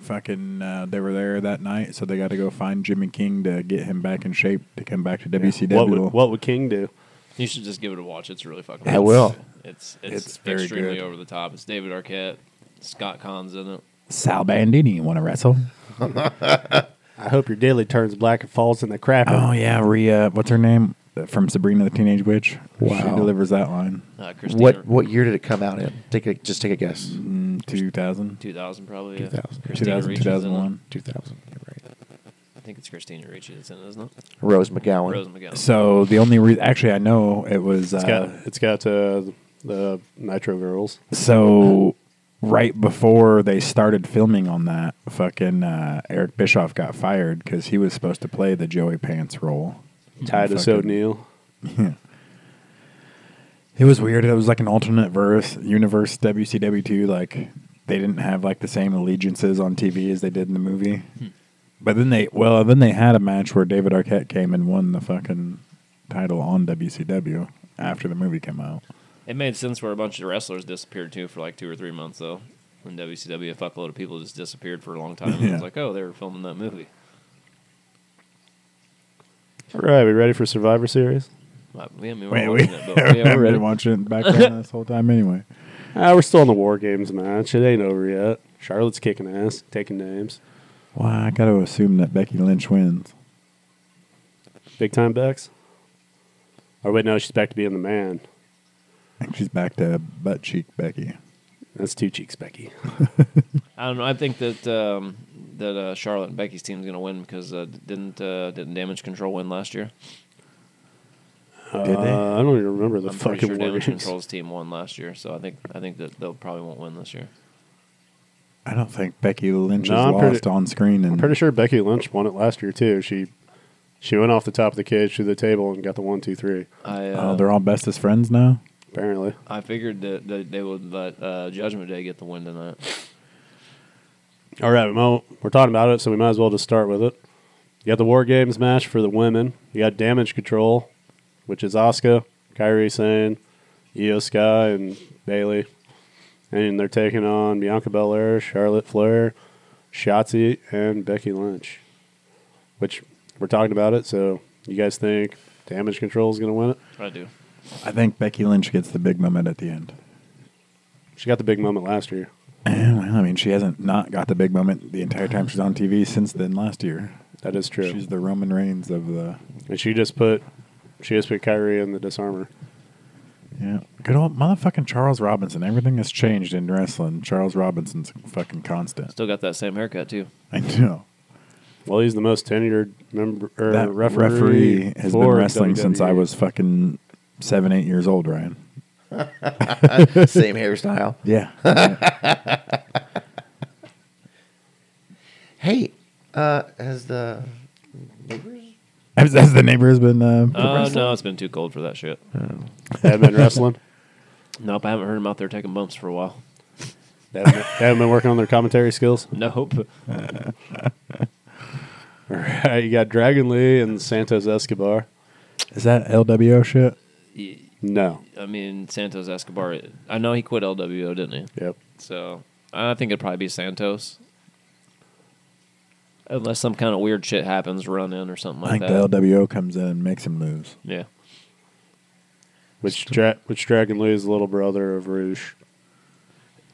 Speaker 2: fucking uh, they were there that night so they got to go find Jimmy King to get him back in shape to come back to WCW.
Speaker 4: What would, what would King do?
Speaker 3: You should just give it a watch. It's really fucking.
Speaker 5: I will.
Speaker 3: It's it's,
Speaker 2: It's very
Speaker 3: extremely
Speaker 2: good.
Speaker 3: over the top. It's David Arquette, Scott Conn's in it.
Speaker 2: Sal Bandini want to wrestle?
Speaker 4: I hope your daily turns black and falls in the crap.
Speaker 2: Oh yeah, Rhea, what's her name from Sabrina the Teenage Witch? She
Speaker 5: Wow.
Speaker 2: delivers that line.
Speaker 3: Uh, Christina,
Speaker 5: what what year did it come out in? Take a just take a guess.
Speaker 2: Two thousand.
Speaker 3: 2000 probably.
Speaker 5: 2000.
Speaker 2: Two thousand.
Speaker 3: Reach
Speaker 2: Two
Speaker 3: is in it.
Speaker 2: thousand one.
Speaker 5: Two thousand. Right.
Speaker 3: I think it's Christina Ricci that's in it, isn't it?
Speaker 5: Rose McGowan.
Speaker 3: Rose McGowan.
Speaker 2: So the only re- actually I know it was
Speaker 4: It's
Speaker 2: uh,
Speaker 4: got it's got uh, the Nitro Girls.
Speaker 2: So right before they started filming on that, fucking uh, Eric Bischoff got fired because he was supposed to play the Joey Pants role.
Speaker 4: Titus
Speaker 2: Mm-hmm. Fucking-
Speaker 4: O'Neil.
Speaker 2: It was weird. It was like an alternate verse universe WCW two. Like they didn't have like the same allegiances on TV as they did in the movie.
Speaker 3: Hmm.
Speaker 2: But then they well then they had a match where David Arquette came and won the fucking title on WCW after the movie came out.
Speaker 3: it made sense where a bunch of wrestlers disappeared too for like two or three months though. In WCW, a fuckload of people just disappeared for a long time. And It
Speaker 2: Yeah.
Speaker 3: was like, oh, they were filming that movie.
Speaker 4: All right, we ready for Survivor Series?
Speaker 3: Like, yeah, I mean,
Speaker 2: Wait,
Speaker 3: we're
Speaker 2: we,
Speaker 3: watching it, but yeah,
Speaker 2: have
Speaker 3: we're
Speaker 2: been
Speaker 3: ready.
Speaker 2: watching it in the background this whole time anyway.
Speaker 4: Ah, we're still in the War Games match. It ain't over yet. Charlotte's kicking ass, taking names.
Speaker 2: Well, I got to assume that Becky Lynch wins.
Speaker 4: Big time Bex. Or wait, no, she's back to being the man.
Speaker 2: I think she's back to butt cheek Becky.
Speaker 4: That's two cheeks, Becky.
Speaker 3: I don't know. I think that um, that uh, Charlotte and Becky's team's gonna win because uh, didn't uh, didn't Damage Control win last year?
Speaker 2: Did they?
Speaker 4: Uh, I don't even remember the
Speaker 3: I'm pretty
Speaker 4: fucking
Speaker 3: sure
Speaker 4: War
Speaker 3: Damage
Speaker 4: Games.
Speaker 3: Control's team won last year, so I think I think that they'll probably won't win this year.
Speaker 2: I don't think Becky Lynch
Speaker 4: No,
Speaker 2: is
Speaker 4: I'm
Speaker 2: lost
Speaker 4: pretty-
Speaker 2: on screen. And
Speaker 4: I'm pretty sure Becky Lynch won it last year too. She She went off the top of the cage through the table and got the one, two, three.
Speaker 3: I
Speaker 2: Oh,
Speaker 3: uh,
Speaker 2: they're all bestest friends now.
Speaker 4: Apparently,
Speaker 3: I figured that, that they would let uh, Judgment Day get the win tonight.
Speaker 4: all right, Mo, we're talking about it, so we might as well just start with it. You got the War Games match for the women. You got Damage Control, which is Asuka, Kyrie Sane, Io Sky, and Bailey, and they're taking on Bianca Belair, Charlotte Flair, Shotzi, and Becky Lynch. Which we're talking about it, so you guys think Damage Control is going to win it?
Speaker 3: I do.
Speaker 2: I think Becky Lynch gets the big moment at the end.
Speaker 4: She got the big moment last year.
Speaker 2: Eh, Well, I mean, she hasn't not got the big moment the entire time she's on TV since then last year.
Speaker 4: That is true.
Speaker 2: She's the Roman Reigns of the
Speaker 4: and she just put she just put Kyrie in the disarmer.
Speaker 2: yeah. Good old motherfucking Charles Robinson. Everything has changed in wrestling. Charles Robinson's fucking constant.
Speaker 3: Still got that same haircut too.
Speaker 2: I know.
Speaker 4: Well, he's the most tenured member or
Speaker 2: that
Speaker 4: referee,
Speaker 2: referee, has been
Speaker 4: for E.
Speaker 2: wrestling since I
Speaker 4: WWE.
Speaker 2: was fucking seven, eight years old, Ryan.
Speaker 5: Same hairstyle.
Speaker 2: Yeah.
Speaker 5: Hey, uh, has the neighbors?
Speaker 2: has, has the neighbor has been uh,
Speaker 3: Uh, no, it's been too cold for that shit.
Speaker 4: They haven't been wrestling.
Speaker 3: Nope, I haven't heard him out there taking bumps for a while.
Speaker 4: They haven't, been- they haven't been working on their commentary skills.
Speaker 3: Nope.
Speaker 4: All right, you got Dragon Lee and Santos Escobar.
Speaker 2: Is that LWO shit?
Speaker 4: No.
Speaker 3: I mean, Santos Escobar. I know he quit LWO, didn't he?
Speaker 4: Yep.
Speaker 3: So I think it'd probably be Santos, unless some kind of weird shit happens, run in or something
Speaker 2: I
Speaker 3: like
Speaker 2: think
Speaker 3: that.
Speaker 2: the LWO comes in and makes him lose.
Speaker 3: yeah,
Speaker 4: Which dra- which Dragon Lee is the little brother of Rouge.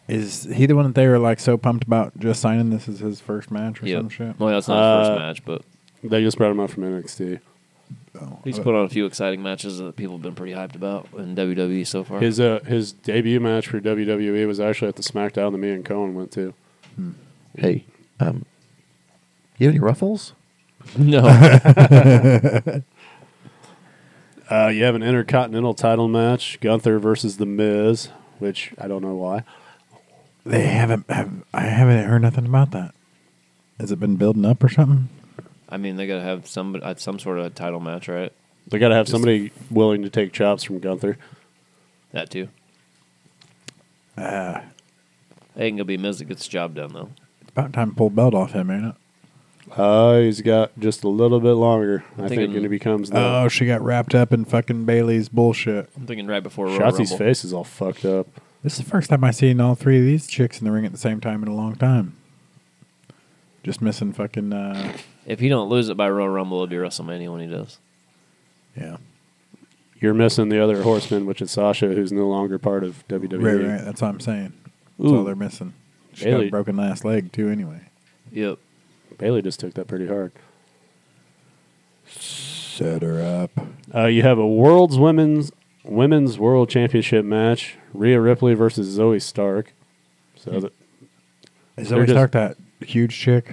Speaker 2: Is he the one that they were like so pumped about just signing this as his first match or
Speaker 3: yeah.
Speaker 2: some shit?
Speaker 3: Well, that's not his
Speaker 4: Uh,
Speaker 3: first match, but
Speaker 4: They just brought him up from NXT.
Speaker 2: Oh.
Speaker 3: he's put on a few exciting matches that people have been pretty hyped about in WWE so far.
Speaker 4: His uh, his debut match for WWE was actually at the SmackDown that me and Cohen went to.
Speaker 5: Hey, um, you have any ruffles?
Speaker 3: no,
Speaker 4: Uh, you have an intercontinental title match, Gunther versus The Miz, which I don't know why.
Speaker 2: They haven't. Have, I haven't heard nothing about that. Has it been building up or something?
Speaker 3: I mean they gotta have some uh, some sort of title match, right?
Speaker 4: They got to have somebody willing to take chops from Gunther.
Speaker 3: That too.
Speaker 2: Ah.
Speaker 3: Uh, ain't gonna be Miz that gets the job done though.
Speaker 2: It's about time to pull belt off him, ain't it?
Speaker 4: Uh, he's got just a little bit longer. I,
Speaker 3: thinking-
Speaker 4: think and he becomes the
Speaker 2: Oh, she got wrapped up in fucking Bailey's bullshit.
Speaker 3: I'm thinking right before Royal
Speaker 4: Shotzi's
Speaker 3: Rumble.
Speaker 4: face is all fucked up.
Speaker 2: This is the first time I've seen all three of these chicks in the ring at the same time in a long time. Just missing fucking. Uh,
Speaker 3: If he don't lose it by Royal Rumble, it'll be WrestleMania when he does.
Speaker 2: yeah.
Speaker 4: You're missing the other horseman, which is Sasha, who's no longer part of WWE.
Speaker 2: Right, right. That's what I'm saying. That's all
Speaker 4: E. Ooh.
Speaker 2: they're missing. She got
Speaker 4: Bailey.
Speaker 2: a broken last leg too, anyway.
Speaker 3: Yep.
Speaker 4: Bailey just took that pretty hard.
Speaker 2: Set her up.
Speaker 4: Uh, you have a world's women's women's world championship match: Rhea Ripley versus Zoe Stark. So
Speaker 3: Hmm.
Speaker 4: that,
Speaker 2: Is
Speaker 4: They're
Speaker 2: Zoe
Speaker 4: just-
Speaker 2: Stark that huge chick?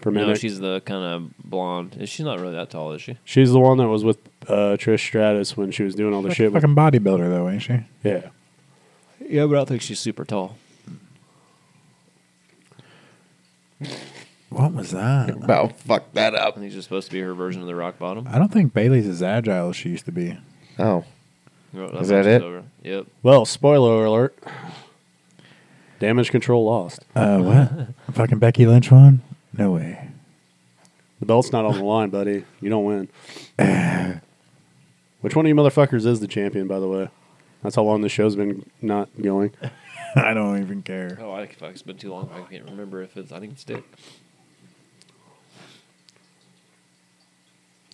Speaker 4: from
Speaker 3: No,
Speaker 4: NXT
Speaker 3: she's the kind of blonde. She's not really that tall, is she?
Speaker 4: She's the one that was with uh, Trish Stratus when she was doing all the
Speaker 2: Like
Speaker 4: shit.
Speaker 2: a
Speaker 4: With,
Speaker 2: fucking bodybuilder though, ain't she?
Speaker 4: yeah.
Speaker 3: Yeah, but I don't think she's super tall.
Speaker 2: What was that?
Speaker 5: About fuck that
Speaker 3: I
Speaker 5: up.
Speaker 3: think she's supposed to be her version of the rock bottom.
Speaker 2: I don't think Bailey's as agile as she used to be.
Speaker 5: Oh,
Speaker 3: That's
Speaker 5: Is
Speaker 3: what
Speaker 5: that
Speaker 3: she's
Speaker 5: it?
Speaker 3: over. Yep.
Speaker 4: Well, spoiler alert. Damage Control lost.
Speaker 2: Uh, what? fucking Becky Lynch won? No way.
Speaker 4: The belt's not on the line, buddy. You don't win. Which one of you motherfuckers is the champion, by the way? That's how long this show's been not going.
Speaker 2: I don't even care.
Speaker 3: Oh, I, fuck, it's been too long. I can't remember if it's. I think it's Dick.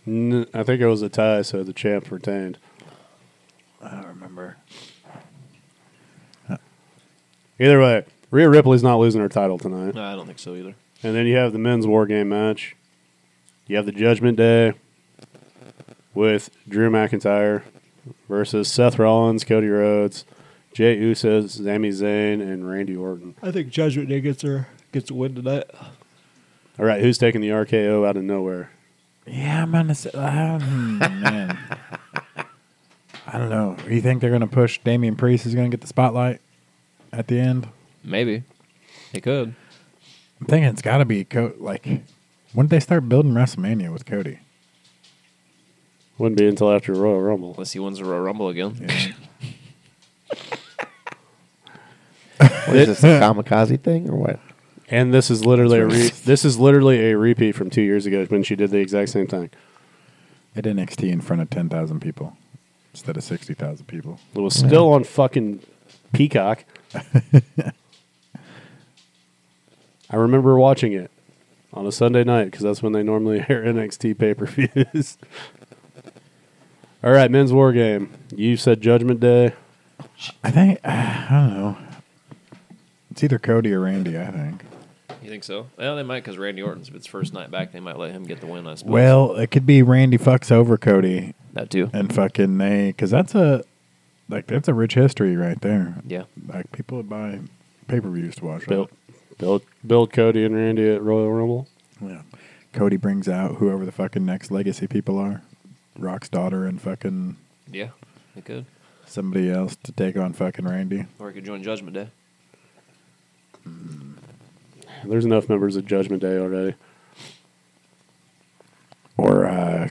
Speaker 4: N- I think it was a tie, so the champ retained.
Speaker 2: I don't remember.
Speaker 4: Either way, Rhea Ripley's not losing her title tonight.
Speaker 3: No, I don't think so either.
Speaker 4: And then you have the men's war game match. You have the Judgment Day with Drew McIntyre versus Seth Rollins, Cody Rhodes, Jay Uso, Sami Zayn, and Randy Orton.
Speaker 3: I think Judgment Day gets her gets a win tonight.
Speaker 4: All right, who's taking the RKO out of nowhere?
Speaker 2: Yeah, I'm gonna say, uh, hmm, man. I don't know. You think they're gonna push Damian Priest is gonna get the spotlight at the end?
Speaker 3: Maybe it could.
Speaker 2: I'm thinking it's gotta be Co- like when did they start building WrestleMania with Cody?
Speaker 4: Wouldn't be until after Royal Rumble.
Speaker 3: Unless he wins the Royal Rumble again.
Speaker 2: Yeah.
Speaker 5: What is this a kamikaze thing or what?
Speaker 4: And this is literally a re- this is literally a repeat from two years ago when she did the exact same thing.
Speaker 2: At NXT in front of 10,000 people instead of 60,000 people.
Speaker 4: It was still on fucking Peacock. I remember watching it on a Sunday night because that's when they normally air NXT pay per views. All right, men's war game. You said Judgment Day.
Speaker 2: I think, I don't know. It's either Cody or Randy, I think.
Speaker 3: You think so? Well, they might because Randy Orton's, if it's first night back, they might let him get the win, I suppose.
Speaker 2: Well, it could be Randy fucks over Cody
Speaker 3: that too.
Speaker 2: and fucking they, because that's a, like, that's a rich history right there.
Speaker 3: Yeah.
Speaker 2: Like, people would buy pay per views to watch
Speaker 4: Build, build, build Cody and Randy at Royal Rumble.
Speaker 2: that. Yeah. Cody brings out whoever the fucking next legacy people are Rock's daughter and fucking
Speaker 3: Yeah, they could.
Speaker 2: somebody else to take on fucking Randy.
Speaker 3: Or he could join Judgment Day.
Speaker 4: There's enough members of Judgment Day already.
Speaker 2: or uh,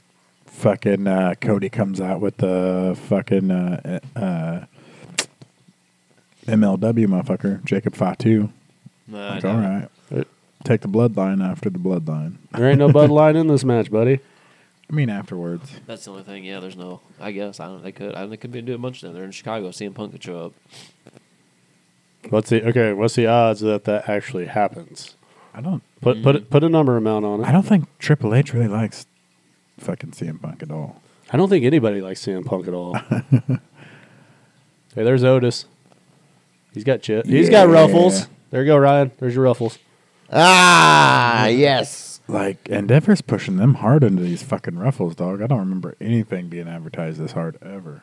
Speaker 2: fucking uh, Cody comes out with the fucking uh, uh, MLW motherfucker, Jacob Fatu.
Speaker 3: Nah, I
Speaker 2: Like, all
Speaker 3: doubt it.
Speaker 2: right, take the bloodline after the bloodline.
Speaker 4: There ain't no Bud Line in this match, buddy.
Speaker 2: I mean, afterwards,
Speaker 3: That's the only thing. Yeah, there's no. I guess I don't. They could. I don't, they could be doing a bunch down there in Chicago. CM Punk could show up.
Speaker 4: What's the okay? What's the odds that that actually happens?
Speaker 2: I don't,
Speaker 4: Put
Speaker 3: Mm-hmm.
Speaker 4: put put a number amount on it.
Speaker 2: I don't think Triple H really likes fucking CM Punk at all.
Speaker 4: I don't think anybody likes CM Punk at all. hey, there's Otis. He's got chip. He's got
Speaker 2: Yeah.
Speaker 4: ruffles. There you go, Ryan. There's your ruffles.
Speaker 5: Ah, yes.
Speaker 2: Like Endeavor's pushing them hard into these fucking ruffles, dog. I don't remember anything being advertised this hard ever.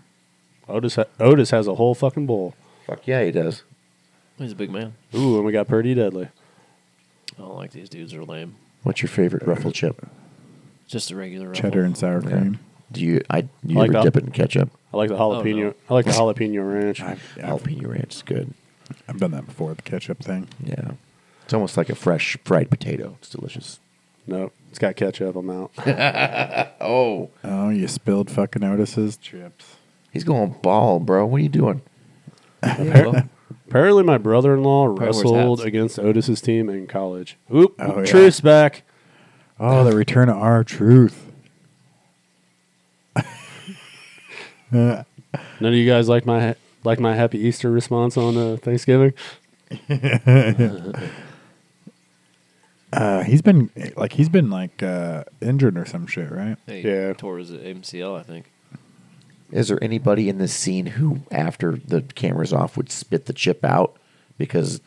Speaker 4: Otis ha- Otis has a whole fucking bowl.
Speaker 5: Fuck yeah, he does.
Speaker 3: He's a big man.
Speaker 4: Ooh, and we got Purdy Deadly.
Speaker 3: I don't like these dudes. They're lame.
Speaker 5: What's your favorite ruffle chip?
Speaker 3: Just a regular ruffle.
Speaker 2: Cheddar and sour cream.
Speaker 5: Do you I you
Speaker 4: Like
Speaker 5: ever
Speaker 4: that.
Speaker 5: dip it in ketchup?
Speaker 4: I like the
Speaker 3: Oh,
Speaker 4: jalapeno.
Speaker 3: no.
Speaker 4: I like the jalapeno ranch.
Speaker 2: I've, I've,
Speaker 5: Jalapeno ranch is good.
Speaker 2: I've done that before, the ketchup thing.
Speaker 5: Yeah, it's almost like a fresh fried potato. It's delicious.
Speaker 4: No, it's got ketchup. I'm out.
Speaker 5: Oh,
Speaker 2: Oh, you spilled fucking Otis's chips.
Speaker 5: he's going ball, bro. What are you doing?
Speaker 3: Yeah, well,
Speaker 4: Apparently, my brother-in-law
Speaker 3: wears
Speaker 4: wrestled
Speaker 3: hats.
Speaker 4: against Otis's team in college. Oop,
Speaker 2: Oh, yeah.
Speaker 4: truth's back.
Speaker 2: Oh, the return of our truth.
Speaker 4: None of you guys like my like my Happy Easter response on uh, Thanksgiving.
Speaker 2: Uh, he's been like he's been like uh, injured or some shit, right?
Speaker 3: hey,
Speaker 4: Yeah.
Speaker 3: Tore his MCL, I think.
Speaker 5: Is there anybody in this scene who, after the camera's off, would spit the chip out because,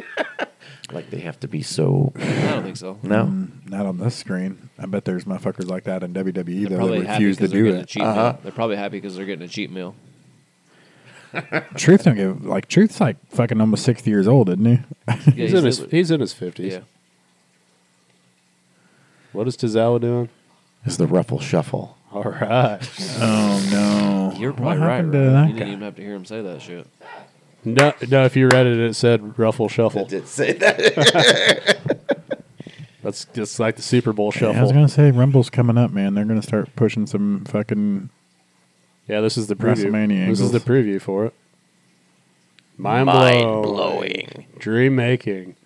Speaker 5: like, they have to be so
Speaker 3: I don't think so.
Speaker 5: no?
Speaker 2: Mm, not on this screen. I bet there's motherfuckers like that in WWE
Speaker 3: They're
Speaker 2: though that
Speaker 3: probably happy
Speaker 2: refuse to
Speaker 3: because they're
Speaker 2: do
Speaker 3: getting a
Speaker 2: it. Uh-huh.
Speaker 3: cheat meal. They're probably happy because they're getting a cheat meal.
Speaker 2: Truth don't give like Truth's like fucking almost sixty years old, isn't he?
Speaker 3: Yeah,
Speaker 4: He's, in his
Speaker 3: li-
Speaker 4: he's in his fifties.
Speaker 3: yeah.
Speaker 4: What is Tozawa doing?
Speaker 5: Is the ruffle shuffle?
Speaker 4: All right.
Speaker 2: Oh no,
Speaker 3: You're
Speaker 2: what
Speaker 3: probably right.
Speaker 2: happened
Speaker 3: Ryan. You
Speaker 2: to
Speaker 3: didn't
Speaker 2: that
Speaker 3: even
Speaker 2: guy?
Speaker 3: have to hear him say that shit.
Speaker 4: No, no. If you read it, it said ruffle shuffle.
Speaker 5: say that.
Speaker 4: That's just like the Super Bowl
Speaker 2: Yeah, I was
Speaker 4: shuffle. Yeah,
Speaker 2: gonna say Rumble's coming up, man. They're gonna start pushing some fucking
Speaker 4: this is the preview.
Speaker 2: WrestleMania
Speaker 4: This is
Speaker 2: angles.
Speaker 4: the preview for it. Mind, blowing, dream making,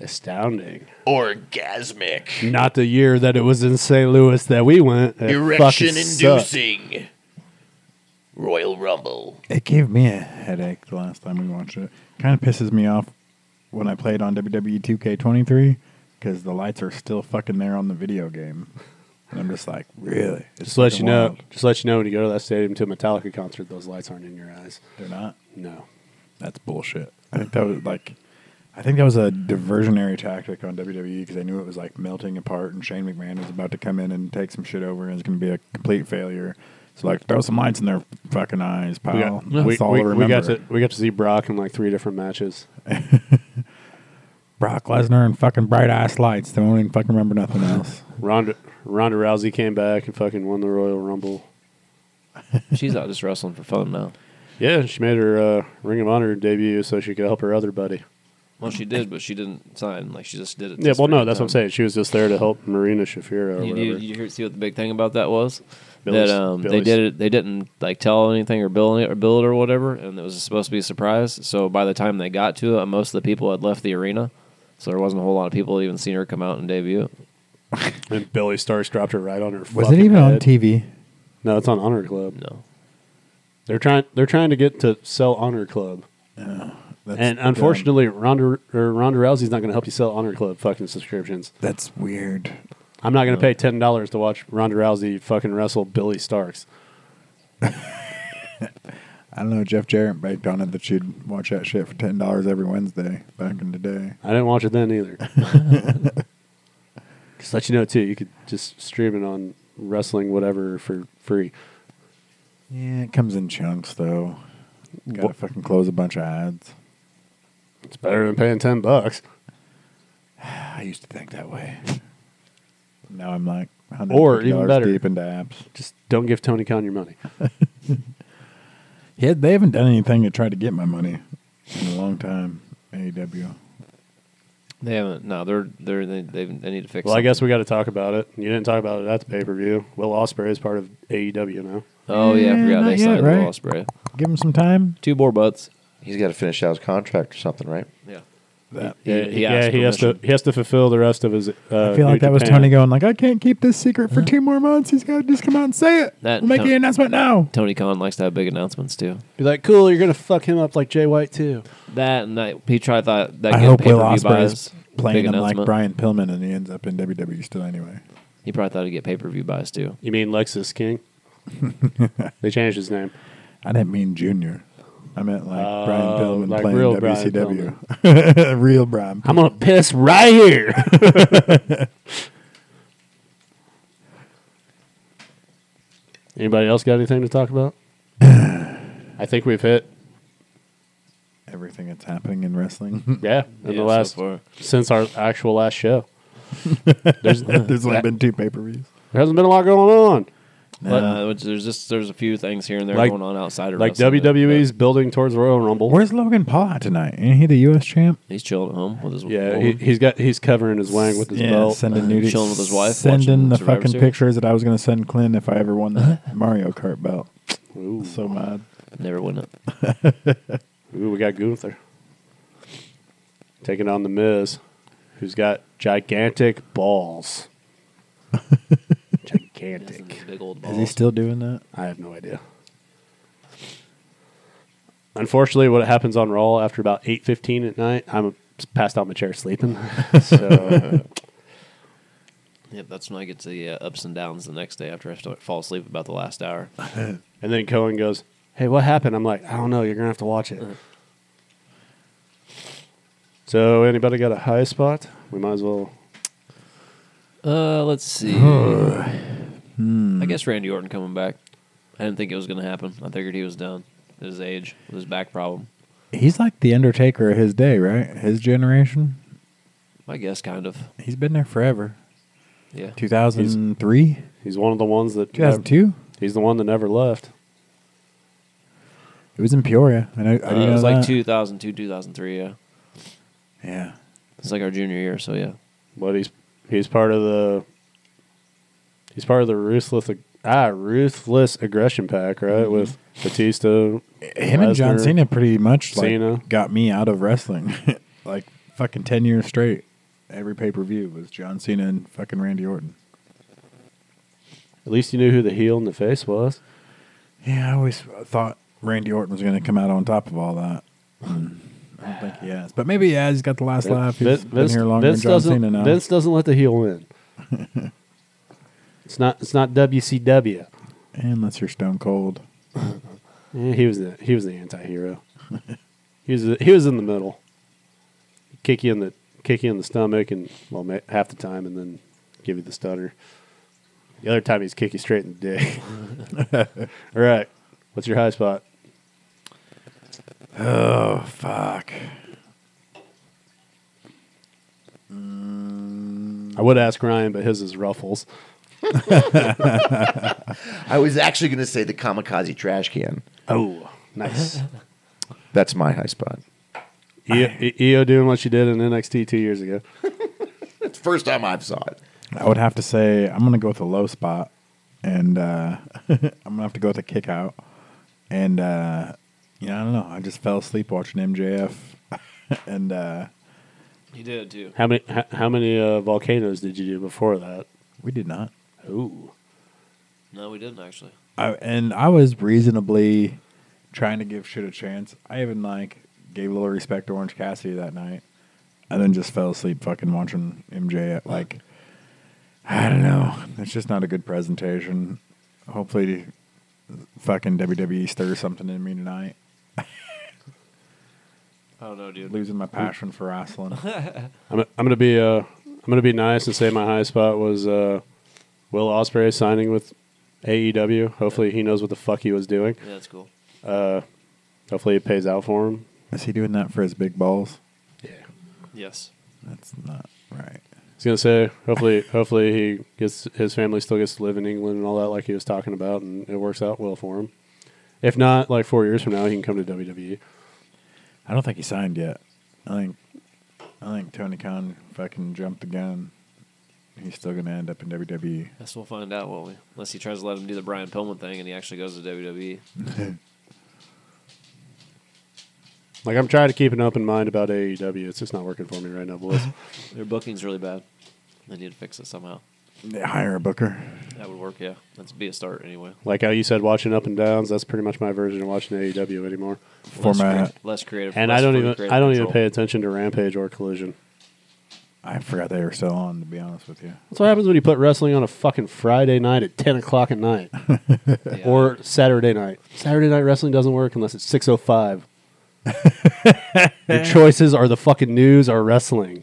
Speaker 4: astounding,
Speaker 6: Orgasmic.
Speaker 4: Not the year that it was in St. Louis that we went. It fucking sucked.
Speaker 6: Royal Rumble.
Speaker 2: It gave me a headache the last time we watched it. Kind of pisses me off when I played on E WWE 2K23 because the lights are still fucking there on the video game, and I'm just like, really? It's
Speaker 4: Just let you
Speaker 2: fucking
Speaker 4: know.
Speaker 2: wild.
Speaker 4: Just let you know when you go to that stadium to a Metallica concert, those lights aren't in your eyes.
Speaker 2: they're not.
Speaker 4: No.
Speaker 2: That's bullshit. I think that was like, I think that was a diversionary tactic on WWE because they knew it was like melting apart, and Shane McMahon was about to come in and take some shit over, and it's gonna be a complete failure. So like, throw some lights in their fucking eyes, pal.
Speaker 4: We got,
Speaker 2: That's
Speaker 4: we,
Speaker 2: all
Speaker 4: we-
Speaker 2: I remember.
Speaker 4: we got to we got to see Brock in like three different matches.
Speaker 2: Brock Lesnar and fucking bright ass lights. They won't even fucking remember nothing else.
Speaker 4: Ronda Ronda Rousey came back and fucking won the Royal Rumble.
Speaker 3: She's out just wrestling for fun now.
Speaker 4: Yeah, she made her uh, Ring of Honor debut so she could help her other buddy.
Speaker 3: Well, she did, but she didn't sign. Like she just did it.
Speaker 4: Yeah,
Speaker 3: this
Speaker 4: well, no,
Speaker 3: freaking
Speaker 4: that's what I'm
Speaker 3: time.
Speaker 4: saying. She was just there to help Marina Shafiro or
Speaker 3: You, you,
Speaker 4: whatever.
Speaker 3: you hear- see what the big thing about that was?
Speaker 4: Billy's-
Speaker 3: that um, they
Speaker 4: Billy's-
Speaker 3: did it. They didn't like tell anything or bill it or bill it or whatever, and it was supposed to be a surprise. So by the time they got to it, most of the people had left the arena, so there wasn't a whole lot of people even seen her come out and debut.
Speaker 4: And Billy Starks dropped her right on her.
Speaker 2: Was it
Speaker 4: fucking
Speaker 2: even on
Speaker 4: head.
Speaker 2: TV?
Speaker 4: No, it's on Honor Club.
Speaker 3: No,
Speaker 4: They're trying. They're trying to get to sell Honor Club,
Speaker 2: That's
Speaker 4: and
Speaker 2: dumb.
Speaker 4: unfortunately, Ronda or Ronda Rousey's not going to help you sell Honor Club fucking subscriptions.
Speaker 2: that's weird.
Speaker 4: I'm not going to pay ten dollars to watch Ronda Rousey fucking wrestle Billy Starks.
Speaker 2: I don't know. Jeff Jarrett baked on it that she'd watch that shit for ten dollars every Wednesday back in the day.
Speaker 4: I didn't watch it then either. just let you know too. You could just stream it on wrestling whatever for free.
Speaker 2: Yeah, it comes in chunks though. Gotta
Speaker 4: Wha-
Speaker 2: fucking close a bunch of ads.
Speaker 4: It's better than paying ten bucks.
Speaker 2: I used to think that way. Now I'm like
Speaker 4: Or even
Speaker 2: $150
Speaker 4: better.
Speaker 2: deep into apps.
Speaker 4: Just don't give Tony Khan your money.
Speaker 2: Yeah, they haven't done anything to try to get my money in a E long time. AEW.
Speaker 3: they haven't. No, they're they're they they, they need to fix.
Speaker 4: Well, I
Speaker 3: something.
Speaker 4: guess we got to talk about it. You didn't talk about it at the pay per view. Will Ospreay is part of AEW now.
Speaker 3: Oh yeah, I
Speaker 2: Yeah,
Speaker 3: forgot
Speaker 2: not
Speaker 3: they
Speaker 2: yet,
Speaker 3: signed
Speaker 2: right?
Speaker 3: Will Ospreay.
Speaker 2: Give them some time.
Speaker 3: Two boar butts.
Speaker 5: He's got to finish out his contract or something, right?
Speaker 3: Yeah.
Speaker 2: That-
Speaker 4: Yeah,
Speaker 3: he
Speaker 4: yeah,
Speaker 3: asked
Speaker 4: he has to
Speaker 3: permission.
Speaker 4: he has to fulfill the rest of his. Uh,
Speaker 2: I feel like that was Tony going like, I can't keep this secret for two more months. He's got to just come out and say it.
Speaker 3: That-
Speaker 2: we'll make
Speaker 3: Tony-
Speaker 2: the announcement now.
Speaker 3: Tony Khan likes to have big announcements too.
Speaker 4: Be like, cool, you're gonna fuck him up like Jay White too.
Speaker 3: That and that, he tried that. that
Speaker 2: I
Speaker 3: get
Speaker 2: hope Will
Speaker 3: pay-per-view
Speaker 2: Ospreay is
Speaker 3: buys.
Speaker 2: playing
Speaker 3: Big
Speaker 2: him like
Speaker 3: announcement.
Speaker 2: Brian Pillman, and he ends up in WWE still anyway.
Speaker 3: He probably thought he'd get pay per view buys too.
Speaker 4: You mean Lexus King? they changed his name.
Speaker 2: I didn't mean Junior. I meant like Brian
Speaker 4: Oh,
Speaker 2: Pillman
Speaker 4: like
Speaker 2: playing
Speaker 4: real Brian
Speaker 2: WCW. real Brian.
Speaker 4: I'm gonna piss right here. Anybody else got anything to talk about? I think we've hit
Speaker 2: Everything that's happening in wrestling.
Speaker 4: yeah in
Speaker 3: Yeah,
Speaker 4: the last
Speaker 3: so far.
Speaker 4: since our actual last show. There's there
Speaker 2: There's only been two pay per views.
Speaker 4: hasn't been a lot going on.
Speaker 3: But, uh, which there's just there's a few things here and there
Speaker 4: Like-
Speaker 3: going on outside of
Speaker 4: Like
Speaker 3: wrestling, but-
Speaker 4: WWE's building towards Royal Rumble.
Speaker 2: Where's Logan Paul at tonight? Ain't he the U.S. champ?
Speaker 3: He's chilling at home with his
Speaker 4: Yeah,
Speaker 3: woman.
Speaker 4: he, he's got he's covering his wang with his
Speaker 2: yeah,
Speaker 4: belt.
Speaker 2: sending nudies.
Speaker 3: Chilling with his wife, watching
Speaker 2: Sending the
Speaker 3: Survivor
Speaker 2: fucking
Speaker 3: Series.
Speaker 2: pictures that I was going to send Clint if I ever won the Mario Kart belt.
Speaker 4: Ooh,
Speaker 2: So mad.
Speaker 3: never win it.
Speaker 4: ooh, we got Gunther taking on the Miz, who's got gigantic balls. gigantic.
Speaker 3: Big old
Speaker 2: Is he
Speaker 3: balls.
Speaker 2: still doing that?
Speaker 4: I have no idea. Unfortunately, what happens on Raw after about eight fifteen at night, I'm passed out in my chair sleeping. so
Speaker 3: Yep, that's when I get to the uh, ups and downs the next day after I start, fall asleep about the last hour.
Speaker 4: And then Cohen goes, Hey, what happened? I'm like, I don't know. You're going to have to watch it. So, anybody got a high spot? We might as well.
Speaker 3: Uh, let's see. I
Speaker 4: Hmm.
Speaker 3: guess Randy Orton coming back. I didn't think it was going to happen. I figured he was done at his age with his back problem.
Speaker 2: He's like the Undertaker of his day, right? His generation.
Speaker 3: I guess kind of.
Speaker 2: He's been there forever.
Speaker 3: Yeah.
Speaker 2: 2003?
Speaker 4: He's one of the ones that.
Speaker 2: 2002?
Speaker 4: he's the one that never left.
Speaker 2: It was in Peoria. I know. I
Speaker 3: Uh,
Speaker 2: do
Speaker 3: it
Speaker 2: know
Speaker 3: was like
Speaker 2: that.
Speaker 3: 2002, 2003. Yeah.
Speaker 2: Yeah.
Speaker 3: It's like our junior year, so yeah.
Speaker 4: But he's he's part of the. He's part of the ruthless ag- ah ruthless aggression pack, right? With Batista,
Speaker 2: Mm-hmm. Him and John
Speaker 4: Lesnar.
Speaker 2: Cena pretty much like,
Speaker 4: Cena.
Speaker 2: got me out of wrestling, like fucking ten years straight. Every pay per view was John Cena and fucking Randy Orton.
Speaker 4: At least you knew who the heel and the face was.
Speaker 2: Yeah, I always thought Randy Orton was going to come out on top of all that. I don't think he has, but maybe he has. He's got the last laugh. He's
Speaker 4: Vince,
Speaker 2: been here longer than
Speaker 4: Vince
Speaker 2: John
Speaker 4: doesn't,
Speaker 2: Cena now.
Speaker 4: Vince doesn't let the heel win. it's not. It's not WCW.
Speaker 2: Unless you're Stone Cold.
Speaker 4: Yeah, he was the he was the anti-hero. he was he was in the middle. Kick you in the kick you in the stomach, and well, ma- half the time, and then give you the stunner. The other time, he's kick you straight in the dick. All right, what's your high spot?
Speaker 2: Oh fuck! Mm,
Speaker 4: I would ask Ryan, but his is Ruffles.
Speaker 5: I was actually going to say the kamikaze trash can.
Speaker 4: Oh, nice.
Speaker 5: That's my high spot.
Speaker 4: E- E- EO doing what she did in NXT two years ago.
Speaker 5: It's the first time I've saw it.
Speaker 2: I would have to say I'm gonna go with a low spot, and uh, I'm gonna have to go with a kick out, and uh, you know I don't know. I just fell asleep watching MJF, and uh,
Speaker 3: You did too.
Speaker 4: How many how, how many uh, volcanoes did you do before that?
Speaker 2: we did not.
Speaker 4: Ooh,
Speaker 3: No, we didn't actually.
Speaker 2: I, and I was reasonably trying to give shit a chance. I even like gave a little respect to Orange Cassidy that night, and then just fell asleep fucking watching MJ at like I don't know. It's just not a good presentation. Hopefully, fucking WWE stirs something in me tonight.
Speaker 3: I don't know, dude.
Speaker 2: Losing my passion for wrestling.
Speaker 4: I'm I'm gonna be uh I'm gonna be nice and say my high spot was uh Will Osprey signing with AEW. Hopefully he knows what the fuck he was doing.
Speaker 3: Yeah, that's cool.
Speaker 4: Hopefully it pays out for him.
Speaker 2: Is he doing that for his big balls?
Speaker 3: Yes.
Speaker 2: That's not right.
Speaker 4: I was gonna say hopefully hopefully he gets his family still gets to live in England and all that like he was talking about and it works out well for him. If not, like four years from now, he can come to E. WWE.
Speaker 2: I don't think he signed yet. I think I think Tony Khan fucking jumped the gun. He's still gonna end up in WWE.
Speaker 3: Guess we'll find out, won't we? Unless he tries to let him do the Brian Pillman thing and he actually goes to E. WWE.
Speaker 2: E.
Speaker 4: Like I'm trying to keep an open mind about AEW. It's just not working for me right now, boys.
Speaker 3: Their booking's really bad. They need to fix it somehow.
Speaker 2: They hire a booker.
Speaker 3: That would work, yeah. That's be a start anyway.
Speaker 4: like how you said, watching up and downs. That's pretty much my version of watching AEW anymore.
Speaker 2: Format.
Speaker 3: Less, crea- less creative.
Speaker 4: And
Speaker 3: less
Speaker 4: I don't
Speaker 3: for
Speaker 4: even
Speaker 3: creative
Speaker 4: I don't even
Speaker 3: control.
Speaker 4: pay attention to Rampage or Collision.
Speaker 2: I forgot they were still on. To be honest with you,
Speaker 4: That's what happens when you put wrestling on a fucking Friday night at ten o'clock at night
Speaker 3: Yeah.
Speaker 4: or Saturday night. Saturday night wrestling doesn't work unless it's six oh five. Your choices are the fucking news or wrestling.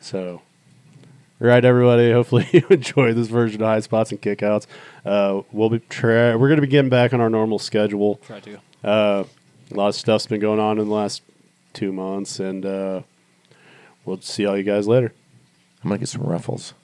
Speaker 4: so, all right, everybody. Hopefully you enjoy this version of High Spots and Kickouts. Uh, we'll be tra- we're going to be getting back on our normal schedule.
Speaker 3: try to.
Speaker 4: Uh, a lot of stuff's been going on in the last two months, and uh, we'll see all you guys later.
Speaker 5: I'm gonna get some ruffles.